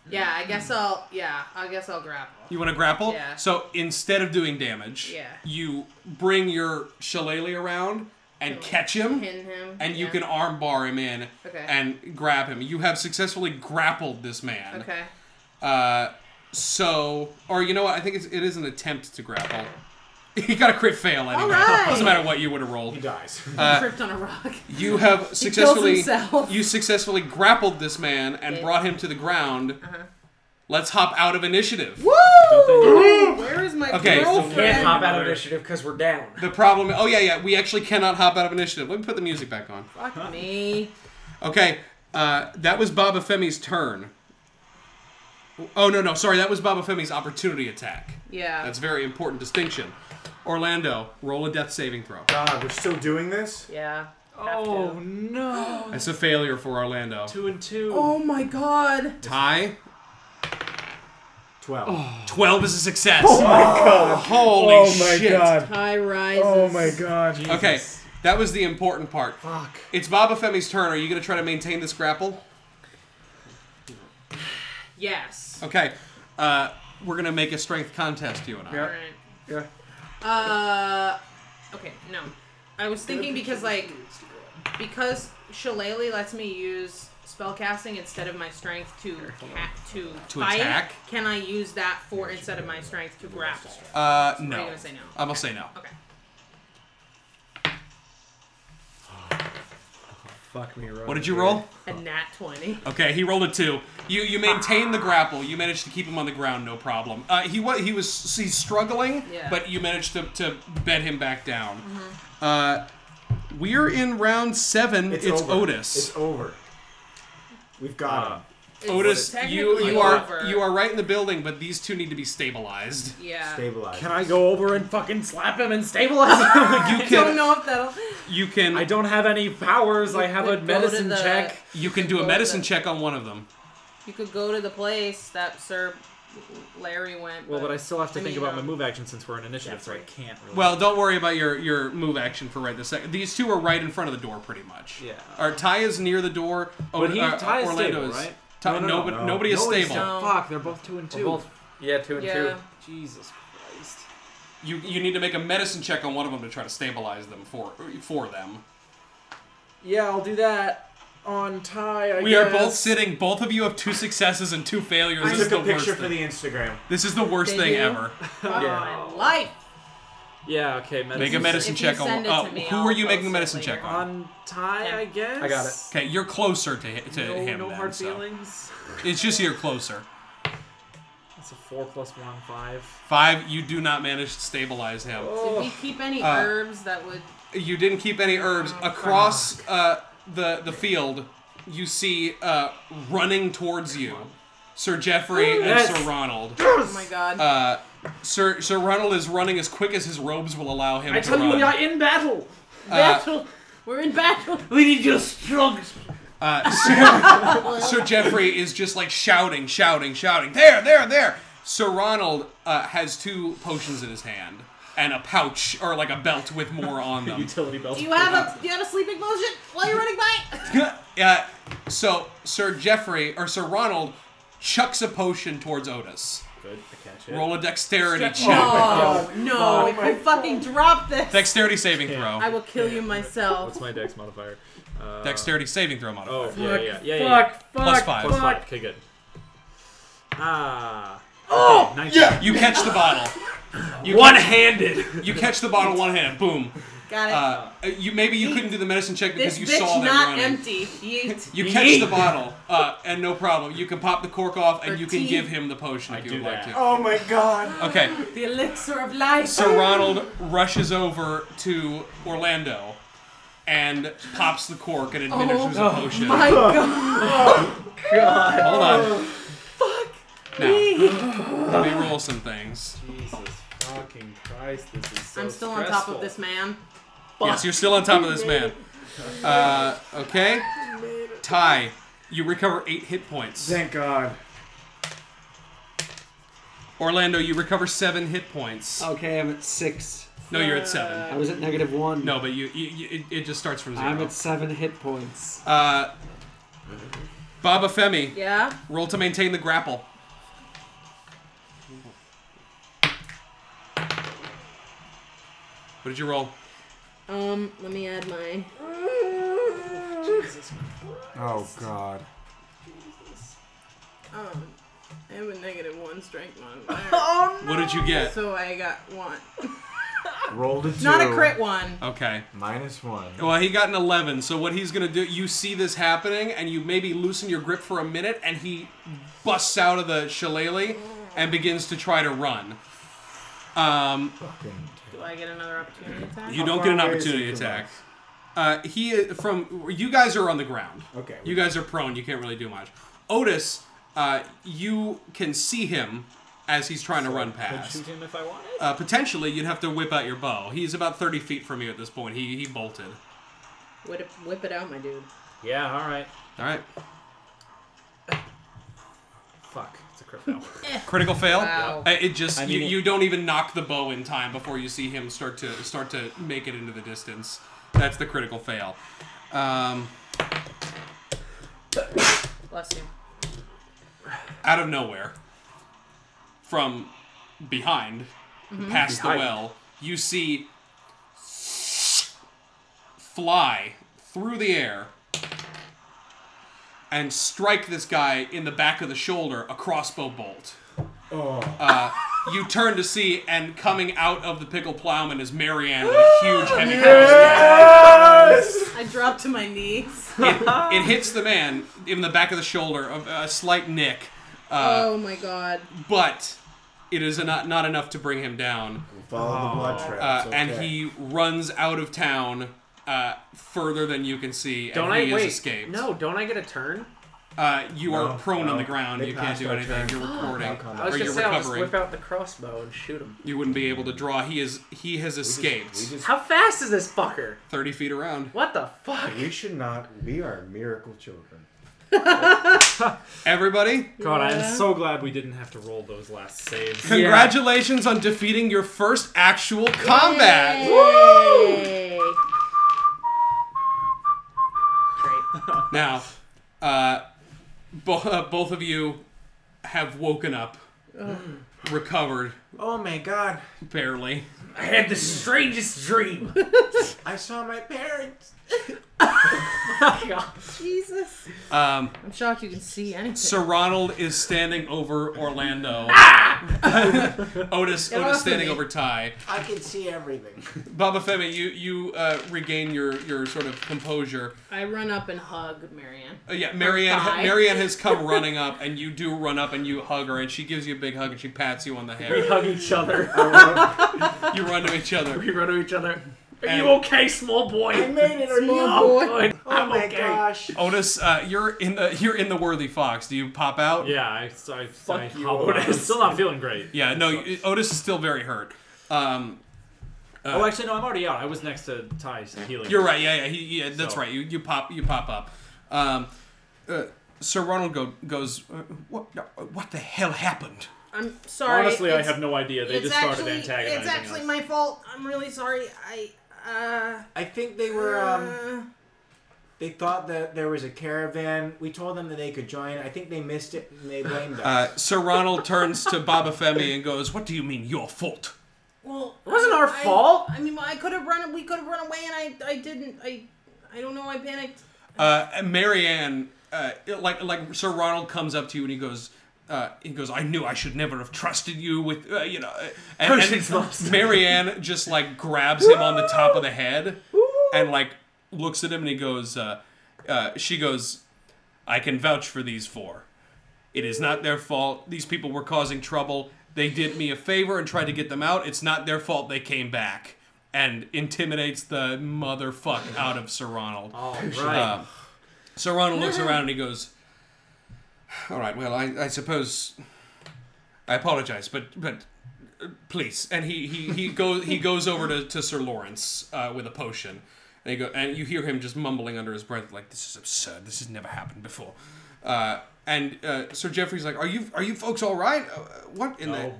G: Yeah, I guess I'll. Yeah, I guess I'll grapple.
A: You want to grapple?
G: Yeah.
A: So instead of doing damage,
G: Yeah.
A: you bring your shillelagh around and catch him,
G: Pin him.
A: and you
G: yeah.
A: can arm bar him in
G: Okay.
A: and grab him. You have successfully grappled this man.
G: Okay.
A: Uh, so, or you know what? I think it's, it is an attempt to grapple. You got a crit fail anyway.
G: right.
A: Doesn't matter what you would have rolled.
C: He dies.
A: Uh,
G: Tripped on a rock.
A: You have successfully
G: himself.
A: you successfully grappled this man and
G: Okay.
A: brought him to the ground. Let's hop out of initiative.
G: Woo! Where is my
A: Okay, so
I: we can't
G: girlfriend?
I: hop out of initiative because we're down.
A: The problem. Oh yeah, yeah. We actually cannot hop out of initiative. Let me put the music back on.
G: Fuck me.
A: Okay, uh, that was Baba Femi's turn. Oh no, no, sorry. That was Baba Femi's opportunity attack.
G: Yeah.
A: That's a very important distinction. Orlando, roll a death saving throw.
C: God, we're still doing this?
G: yeah. Have to.
B: Oh no!
A: That's a failure for Orlando.
B: Two and two.
G: Oh my god.
A: Tie.
C: 12.
A: Twelve is a success. Oh my god! Oh Holy shit!
G: High rises.
C: Oh god.
A: Okay, that was the important part.
I: Fuck.
A: It's Baba Femi's turn. Are you gonna try to maintain this grapple?
G: Yes.
A: Okay, uh, we're gonna make a strength contest, you and I.
I: Yeah.
G: Alright.
I: Yeah.
G: Uh. Okay. No. I was thinking because like because Shillelagh lets me use spellcasting instead of my strength to ca- to,
A: To
G: fight,
A: attack?
G: Can I use that for instead of my strength to grapple?
A: Uh, no.
G: Are you gonna say no?
A: I'm gonna say no.
G: Okay.
C: Fuck me, Rowan.
A: What did you roll?
G: A
B: Oh.
G: nat twenty.
A: Okay, he rolled a two. You you maintain the grapple. You managed to keep him on the ground, no problem. Uh, he was he was he's struggling,
G: Yeah.
A: but you managed to, to bed him back down. Uh, we're in round seven. It's,
C: over.
A: Otis. Uh,
C: It's over. We've got him.
G: It's
A: Otis, you
G: technically
A: you are
G: over.
A: you are right in the building, but these two need to be stabilized.
G: Yeah.
C: Stabilize.
B: Can I go over and fucking slap him and stabilize him?
A: You
G: I don't
A: can
G: know if that'll.
A: you can
B: I don't have any powers. I have a
G: could go to
B: medicine
G: the-
B: check.
A: you can do a
G: Both
A: medicine
G: of-
A: check on one of them.
G: You could go to the place that Sir Larry went.
B: Well, but I still have to
G: I
B: think
G: mean,
B: about
G: um,
B: my move action since we're in initiative,
G: that's
B: so I
G: right.
B: can't really.
A: Well, don't worry about your your move action for right this second. These two are right in front of the door, pretty much.
B: Yeah.
A: Our Ty is near the door. Oh,
B: But he-
A: uh,
B: Ty is
A: Orlando
B: stable,
A: is-
B: right?
A: Ty,
B: No, no,
A: no,
B: no,
A: but
C: no.
A: nobody is
B: No, he's
A: stable.
B: not. Fuck, they're both two and
I: We're
B: two.
I: both. Yeah, two and two.
G: yeah.
B: Jesus Christ.
A: You you need to make a medicine check on one of them to try to stabilize them for for them.
B: Yeah, I'll do that on tie. I
A: We are both sitting. Both of you have two successes and two failures.
C: I
A: this is
C: took
A: the
C: a picture
A: worst
C: for
A: thing.
C: the Instagram.
A: This is the worst
G: They
A: thing
G: do?
A: ever.
G: Fuck
B: Yeah.
G: my life.
B: Yeah. Okay. Medicine
A: Make a medicine
G: If you
A: check on
G: send
A: one.
G: it
A: Oh,
G: to me,
A: who
G: I'll
A: are you making
G: post
A: a
G: it
A: medicine
G: later.
A: check on?
B: on tie. I guess.
I: I got it.
A: Okay, you're closer to hi- to
B: No,
A: him.
B: no
A: then,
B: hard
A: so.
B: feelings.
A: It's just you're closer.
B: That's a four plus one, five.
A: Five. You do not manage to stabilize him.
G: Did
B: Oh.
G: we keep any
A: Uh,
G: herbs that would?
A: You didn't keep any herbs.
G: Oh,
A: Across uh, the the field, you see uh, running towards you, Sir Jeffrey
B: Yes.
A: and Sir Ronald.
G: Oh my god.
A: Uh, Sir Sir Ronald is running as quick as his robes will allow him
I: I
A: to
I: tell you,
A: run.
I: we are in battle.
B: Uh,
G: battle. We're in battle.
I: We need your strongest.
A: Uh, Sir, Sir Jeffrey is just like shouting, shouting, shouting. There, there, there. Sir Ronald uh, has two potions in his hand and a pouch or like a belt with more on them.
B: Utility belt.
G: Do you have a do you have a sleeping potion while you're running
A: Oh,
G: by?
A: uh, so Sir Jeffrey or Sir Ronald chucks a potion towards Otis.
B: Good. I catch it.
A: Roll a dexterity check.
G: Oh no! if I fucking drop this,
A: Dexterity saving throw.
G: I will kill you myself.
B: What's my dex modifier? Uh,
A: Dexterity saving throw modifier.
B: Oh yeah, yeah, yeah, yeah, yeah.
I: Fuck. Fuck.
A: Plus five.
B: Plus five. Okay, good. Ah. Oh.
G: Oh.
A: You catch the bottle. You
I: One
A: catch-
I: handed.
A: You catch the bottle one hand, boom.
G: Got it.
A: Uh, you maybe you couldn't do the medicine check because
G: this
A: you
G: bitch
A: saw them
G: not
A: running.
G: empty. Yeet.
A: You catch the bottle, uh, and no problem. You can pop the cork off, and
G: Or
A: you can
G: tea.
A: give him the potion if you would like to.
C: Oh my god.
A: Okay,
G: the elixir of life.
A: so Ronald rushes over to Orlando and pops the cork and administers
G: Oh.
A: a potion.
G: My God.
A: Hold on. Fuck now, Let me roll some things.
C: Jesus fucking Christ, this is so
G: I'm still on top of this man.
A: Yes, you're still on top of this man. Uh, okay. Ty, you recover eight hit points.
C: Thank God.
A: Orlando, you recover seven hit points.
L: Okay, I'm at six.
A: No, you're at seven.
L: I was at negative one.
A: No, but you, you, you it, it just starts from 0
L: I'm at seven hit points.
A: Uh, Baba Femi,
G: Yeah.
A: roll to maintain the grapple. What did you roll?
G: Um. Let me add my.
C: Oh God.
G: Um. I have a negative one strength modifier,
D: Oh
A: What did you get?
G: so I got one.
C: Rolled a two.
G: Not a crit one.
A: Okay.
C: Minus one.
A: Well, he got an 11. So what he's going to do, you see this happening and you maybe loosen your grip for a minute and he busts out of the shillelagh and begins to try to run. Um,
G: Do I get another opportunity attack?
A: you
C: How
A: don't
C: far
A: get an
C: away is he
A: opportunity
C: from
A: attack.
C: us?
A: Uh, he from you guys are on the ground.
C: Okay.
A: You guys are prone. You can't really do much. Otis, uh, you can see him as he's trying to run past.
B: Shoot him if I wanted.
A: Uh, potentially, you'd have to whip out your bow. He's about thirty feet from you at this point. He he bolted.
G: Whip it, whip it out, my dude.
B: Yeah, all right.
A: All right.
B: Fuck, it's a crit fail.
A: Critical fail.
G: Wow.
A: Uh, it just
B: mean,
A: you,
B: it-
A: you don't even knock the bow in time before you see him start to start to make it into the distance. That's the critical fail. Um,
G: Bless you.
A: out of nowhere, from behind, past the well, you see fly through the air and strike this guy in the back of the shoulder a crossbow bolt. Uh, you turn to see, and coming out of the pickle plowman is Marianne with a huge heavy
G: I dropped to my knees.
A: crossbow. It, it hits the man in the back of the shoulder, a, a slight nick.
G: oh my God.
A: but it is not not enough to bring him down,
C: Follow the blood trail.
A: uh,
C: It's
A: and
C: okay.
A: he runs out of town uh, further than you can see,
I: Don't
A: and he
I: I
A: has
I: wait?
A: escaped.
I: No, don't I get a turn?
A: uh, you
C: No,
A: are prone on
C: no.
A: the ground.
C: They
A: You can't
C: passed
A: do
C: our
A: anything.
C: turn.
A: You're recording,
C: Fuck. I
I: I
A: or
I: was
A: you're
I: gonna say I'll just
A: recovering.
I: whip out the crossbow and shoot him.
A: You wouldn't be able to draw. He is he has escaped
C: We just.
I: How fast is this fucker?
A: thirty feet around.
I: What the fuck?
C: We should not. We are miracle children.
A: Everybody,
B: God, I
G: Yeah.
B: am so glad we didn't have to roll those last saves.
A: congratulations on defeating your first actual combat.
G: Yay.
A: Now, uh, bo- uh, both of you have woken up, recovered
C: Oh my God!
A: barely.
I: I had the strangest dream.
C: I saw my parents.
G: Jesus.
A: Um,
G: I'm shocked you can see anything.
A: Sir Ronald is standing over Orlando. Otis,
G: Get off
A: Otis
G: of
A: standing
G: me.
A: over Ty.
C: I can see everything.
A: Baba Femi, you you uh, regain your your sort of composure.
G: I run up and hug Marianne.
A: Uh, yeah, Marianne
G: Hi.
A: Marianne has come running up, and you do run up and you hug her, and she gives you a big hug and she pats you on the
I: we
A: head.
I: hug each other.
A: you run to each other.
I: we run to each other. Are
A: And-
I: you okay, small boy? I
C: made it. Are you?
G: Small boy.
C: Oh my gosh!
A: Otis, uh, you're in the you're in the worthy fox. Do you pop out?
B: Yeah, I, I, I,
I: you,
B: hobbled out. I'm
I: Otis.
B: still not feeling great.
A: Yeah, no, you- Otis is still very hurt. Um,
B: oh, actually, no, I'm already out. I was next to Ty's healing.
A: You're right. Yeah, yeah, he, yeah that's
B: So-
A: right. You you pop you pop up. Um, uh, Sir Ronald go, goes. Uh, what uh, what the hell happened?
G: I'm sorry.
B: Honestly, I
G: it's-
B: have no idea. They
G: it's
B: just started
G: actually,
B: antagonizing
G: It's actually
B: us.
G: my fault. I'm really sorry. I uh
C: I think they were. Um, they thought that there was a caravan. We told them that they could join. I think they missed it and they blamed us.
A: Uh, Sir Ronald turns to Baba Femi and goes, "What do you mean your fault?"
G: well, it
I: wasn't our fault.
G: I mean, I could have run. We could have run away, and I, I didn't. I, I don't know. I panicked.
A: Uh, Marianne, uh, like like Sir Ronald comes up to you and he goes, uh, he goes, I knew I should never have trusted you with, uh, you know. uh," And,
I: Percy's lost.
A: and Marianne just like grabs him on the top of the head and like looks at him and he goes, uh, uh, she goes, I can vouch for these four. It is not their fault. These people were causing trouble. They did me a favor and tried to get them out. It's not their fault they came back. And intimidates the motherfuck out of Sir Ronald.
B: Oh, Right.
A: Uh, so Ronald looks around and he goes, "All right, well, I, I suppose I apologize, but but uh, please." And he he he goes he goes over to, to Sir Lawrence uh, with a potion, and he go and you hear him just mumbling under his breath like, "This is absurd. This has never happened before." Uh, and uh, Sir Geoffrey's like, "Are you are you folks all right? Uh, what in the?"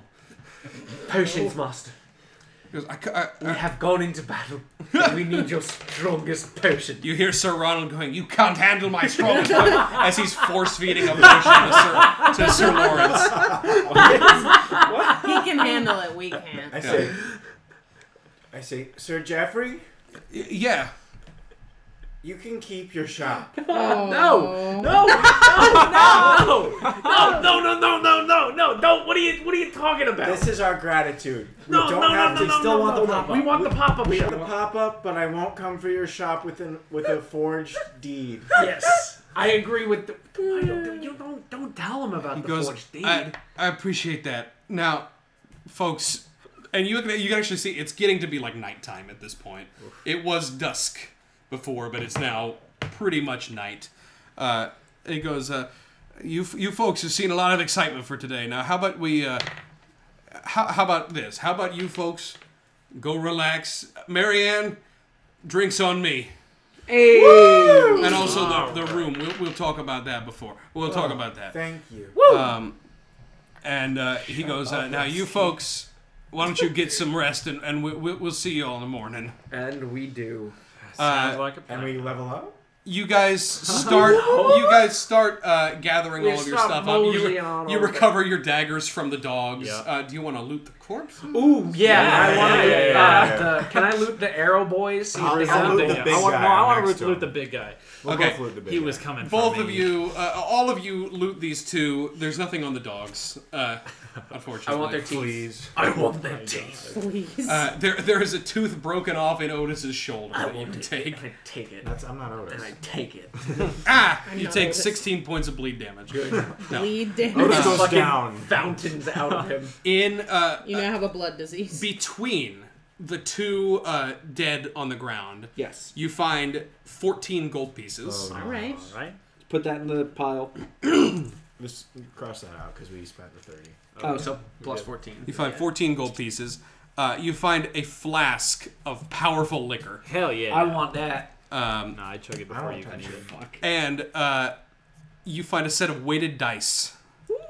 I: Potions, master.
A: He goes, I, c- I-
I: We have gone into battle. and we need your strongest potion.
A: You hear Sir Ronald going, "You can't handle my strongest," one," as he's force feeding a potion to Sir, to Sir Lawrence.
G: He can handle it. We can't.
C: I say, I say, Sir Jeffrey,
A: Y- Yeah,
C: you can keep your shop.
I: No! No! No! No! No! No! No! No! No! No! No! Don't! What are you? What are you talking about?
C: This is our gratitude. We
I: no!
C: don't
I: no!
C: have
I: no!
C: to
I: No! No!
C: still
I: no,
C: want
I: no,
C: the
I: no.
C: pop-up.
I: We want the pop up.
C: We want the pop up, but I won't come for your shop with an with a forged deed.
I: Yes, I agree with. The, why don't, you don't don't tell him about the
A: goes,
I: forged deed.
A: I, I appreciate that. Now, folks, and you can you can actually see it's getting to be like nighttime at this point. It was dusk before, but it's now pretty much night. Uh, it goes, uh, you f- you folks have seen a lot of excitement for today. Now, how about we? Uh, how, how about this? How about you folks go relax? Marianne, drinks on me. And also the, the room. We'll, we'll talk about that before. We'll talk about that.
C: Thank you.
A: Um, and uh, he
B: Oh,
A: goes, uh, "Now you folks, why don't you get some rest, and, and we, we, we'll see you all in the morning."
I: and we do.
B: Sounds
A: Uh,
B: like a
C: And we level up.
A: you guys start. you guys start uh, gathering
I: We
A: all of your
I: start
A: stuff up. You,
I: moseying on
A: you
I: over.
A: recover your daggers from the dogs.
B: Yeah.
A: Uh, do you want to loot the corpse?
I: Ooh, yeah.
B: Yeah,
I: I want
B: yeah,
I: to
B: yeah,
I: loot
B: yeah,
I: uh, the- Can I loot the arrow boys? See if
C: I'll
I: they
C: loot
I: have
C: the
I: anything
C: big
B: I
I: else.
B: want,
C: guy
B: no, I want to
C: next
B: root,
C: to him.
B: loot the big guy.
C: We'll
A: Okay.
C: both loot the big
B: he
C: guy.
B: was coming. for
A: Both of
B: me.
A: you, uh, all of you, loot these two. There's nothing on the dogs, uh, unfortunately.
D: I want their teeth.
C: Please.
I: I want their teeth.
G: Please.
A: Uh, there, there is a tooth broken off in Otis's shoulder
I: I
A: that you
I: want
A: can
I: it.
A: take.
I: And I take it.
C: That's I'm not Otis.
I: And I take it.
A: Ah!
G: I'm
A: you
G: not
A: take
G: Otis.
A: 16 points of bleed damage.
G: Bleed damage.
C: Otis goes
I: Fucking
C: down.
I: Fountains out of him.
A: In uh,
G: You know, I have a blood disease.
A: between the two uh, dead on the ground,
M: Yes. Oh,
A: you find 14 gold pieces.
G: All right.
B: All right.
M: Put that in the pile.
C: Let's cross that out because we spent the thirty.
M: Oh, so plus 14.
A: You find 14 gold pieces. Uh, you find a flask of powerful liquor.
B: Hell yeah.
I: I want that.
A: Um,
B: No, I chug it
C: I
B: before
C: don't
B: you can
C: touch
B: eat
C: it.
B: it.
A: and uh, you find a set of weighted dice.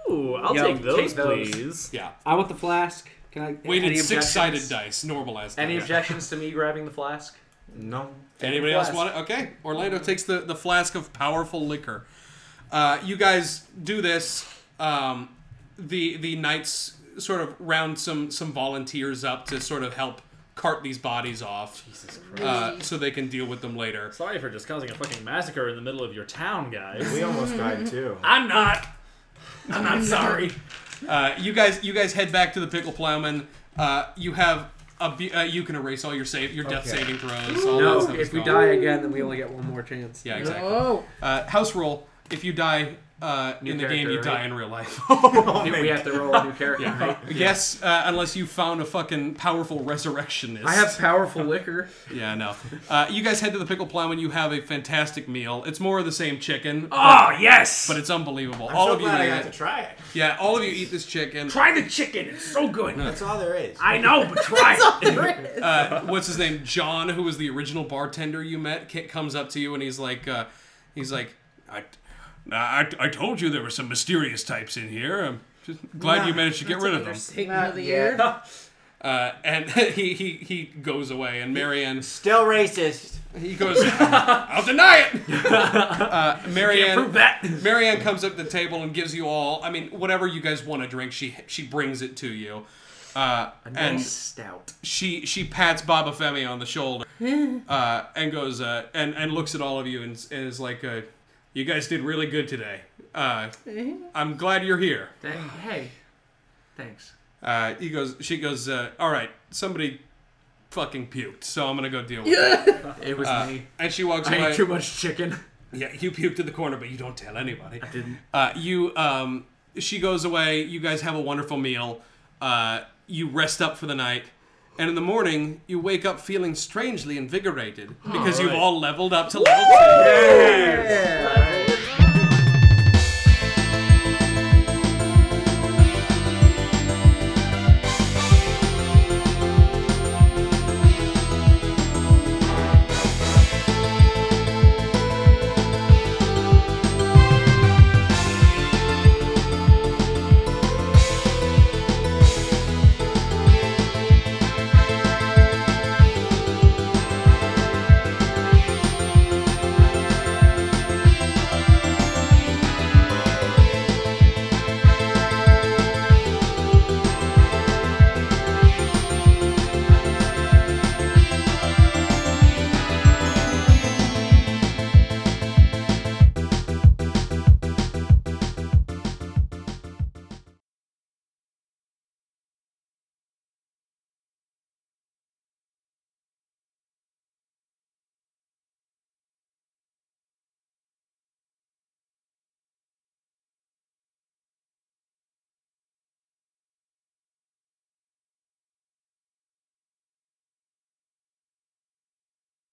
B: Ooh, I'll
M: Yeah,
B: take those,
M: take those.
B: please.
A: Yeah.
M: I want the flask. Can I?
A: Weighted
M: any
A: six sided
M: objections?
A: dice, normalized.
I: Any
A: dice.
I: objections to me grabbing the flask?
C: No.
A: Anybody else want it? Okay. Orlando takes the, the flask of powerful liquor. Uh, you guys do this. Um, the the knights sort of round some some volunteers up to sort of help cart these bodies off, uh, so they can deal with them later.
B: Sorry for just causing a fucking massacre in the middle of your town, guys.
C: We almost died too.
I: I'm not. I'm not sorry.
A: Uh, you guys you guys head back to the pickle plowman. Uh, you have a bu- uh, you can erase all your save your death
C: Okay.
A: saving throws. All that
M: No,
A: stuff is
M: if we
A: gone.
M: die again, then we only get one more chance.
A: yeah, exactly.
G: Oh,
A: Uh, house roll. If you die uh, in the game,
I: character,
A: you
I: right?
A: die in real life.
I: we have to roll a new character, right?
A: Yes, uh, unless you found a fucking powerful resurrectionist.
M: I have powerful liquor.
A: Yeah, no. Uh, you guys head to the pickle plowman. You have a fantastic meal. It's more of the same chicken,
I: Oh yes!
A: but it's unbelievable.
C: Ah! I'm
A: all
C: so
A: of you
C: glad I
A: eat
C: got
A: it.
C: to try it.
A: Yeah, all of you eat this chicken.
I: try the chicken. It's so good.
C: That's all there is.
I: I know, but try it.
G: Chris.
A: Uh, what's his name? John, who was the original bartender you met, ca- comes up to you and he's like, uh, he's like, I, I, I told you there were some mysterious types in here. I'm just glad you managed to get rid of them.
G: Understatement of the year.
A: Uh, and he, he he goes away, and Marianne
C: Still racist.
A: He goes, I'll deny it. uh,
I: Prove
A: Marianne,
I: that.
A: Marianne comes up to the table and gives you all, I mean, whatever you guys want to drink, she she brings it to you. Uh, and
I: stout.
A: she she pats Baba Femi on the shoulder uh, and goes uh, and and looks at all of you and, and is like, uh, "You guys did really good today. Uh, I'm glad you're here.
M: Thank- hey, thanks.
A: Uh, he goes. She goes. Uh, All right, somebody fucking puked, so I'm gonna go deal with it.
M: It
A: uh,
M: was me.
A: And she walks
M: I
A: away.
M: ate too much chicken.
A: Yeah, you puked in the corner, but you don't tell anybody. I didn't. Uh, you, um, she goes away. You guys have a wonderful meal. Uh, you rest up for the night, and in the morning you wake up Hmm. feeling strangely invigorated because you've all leveled up to level two.
B: Yeah.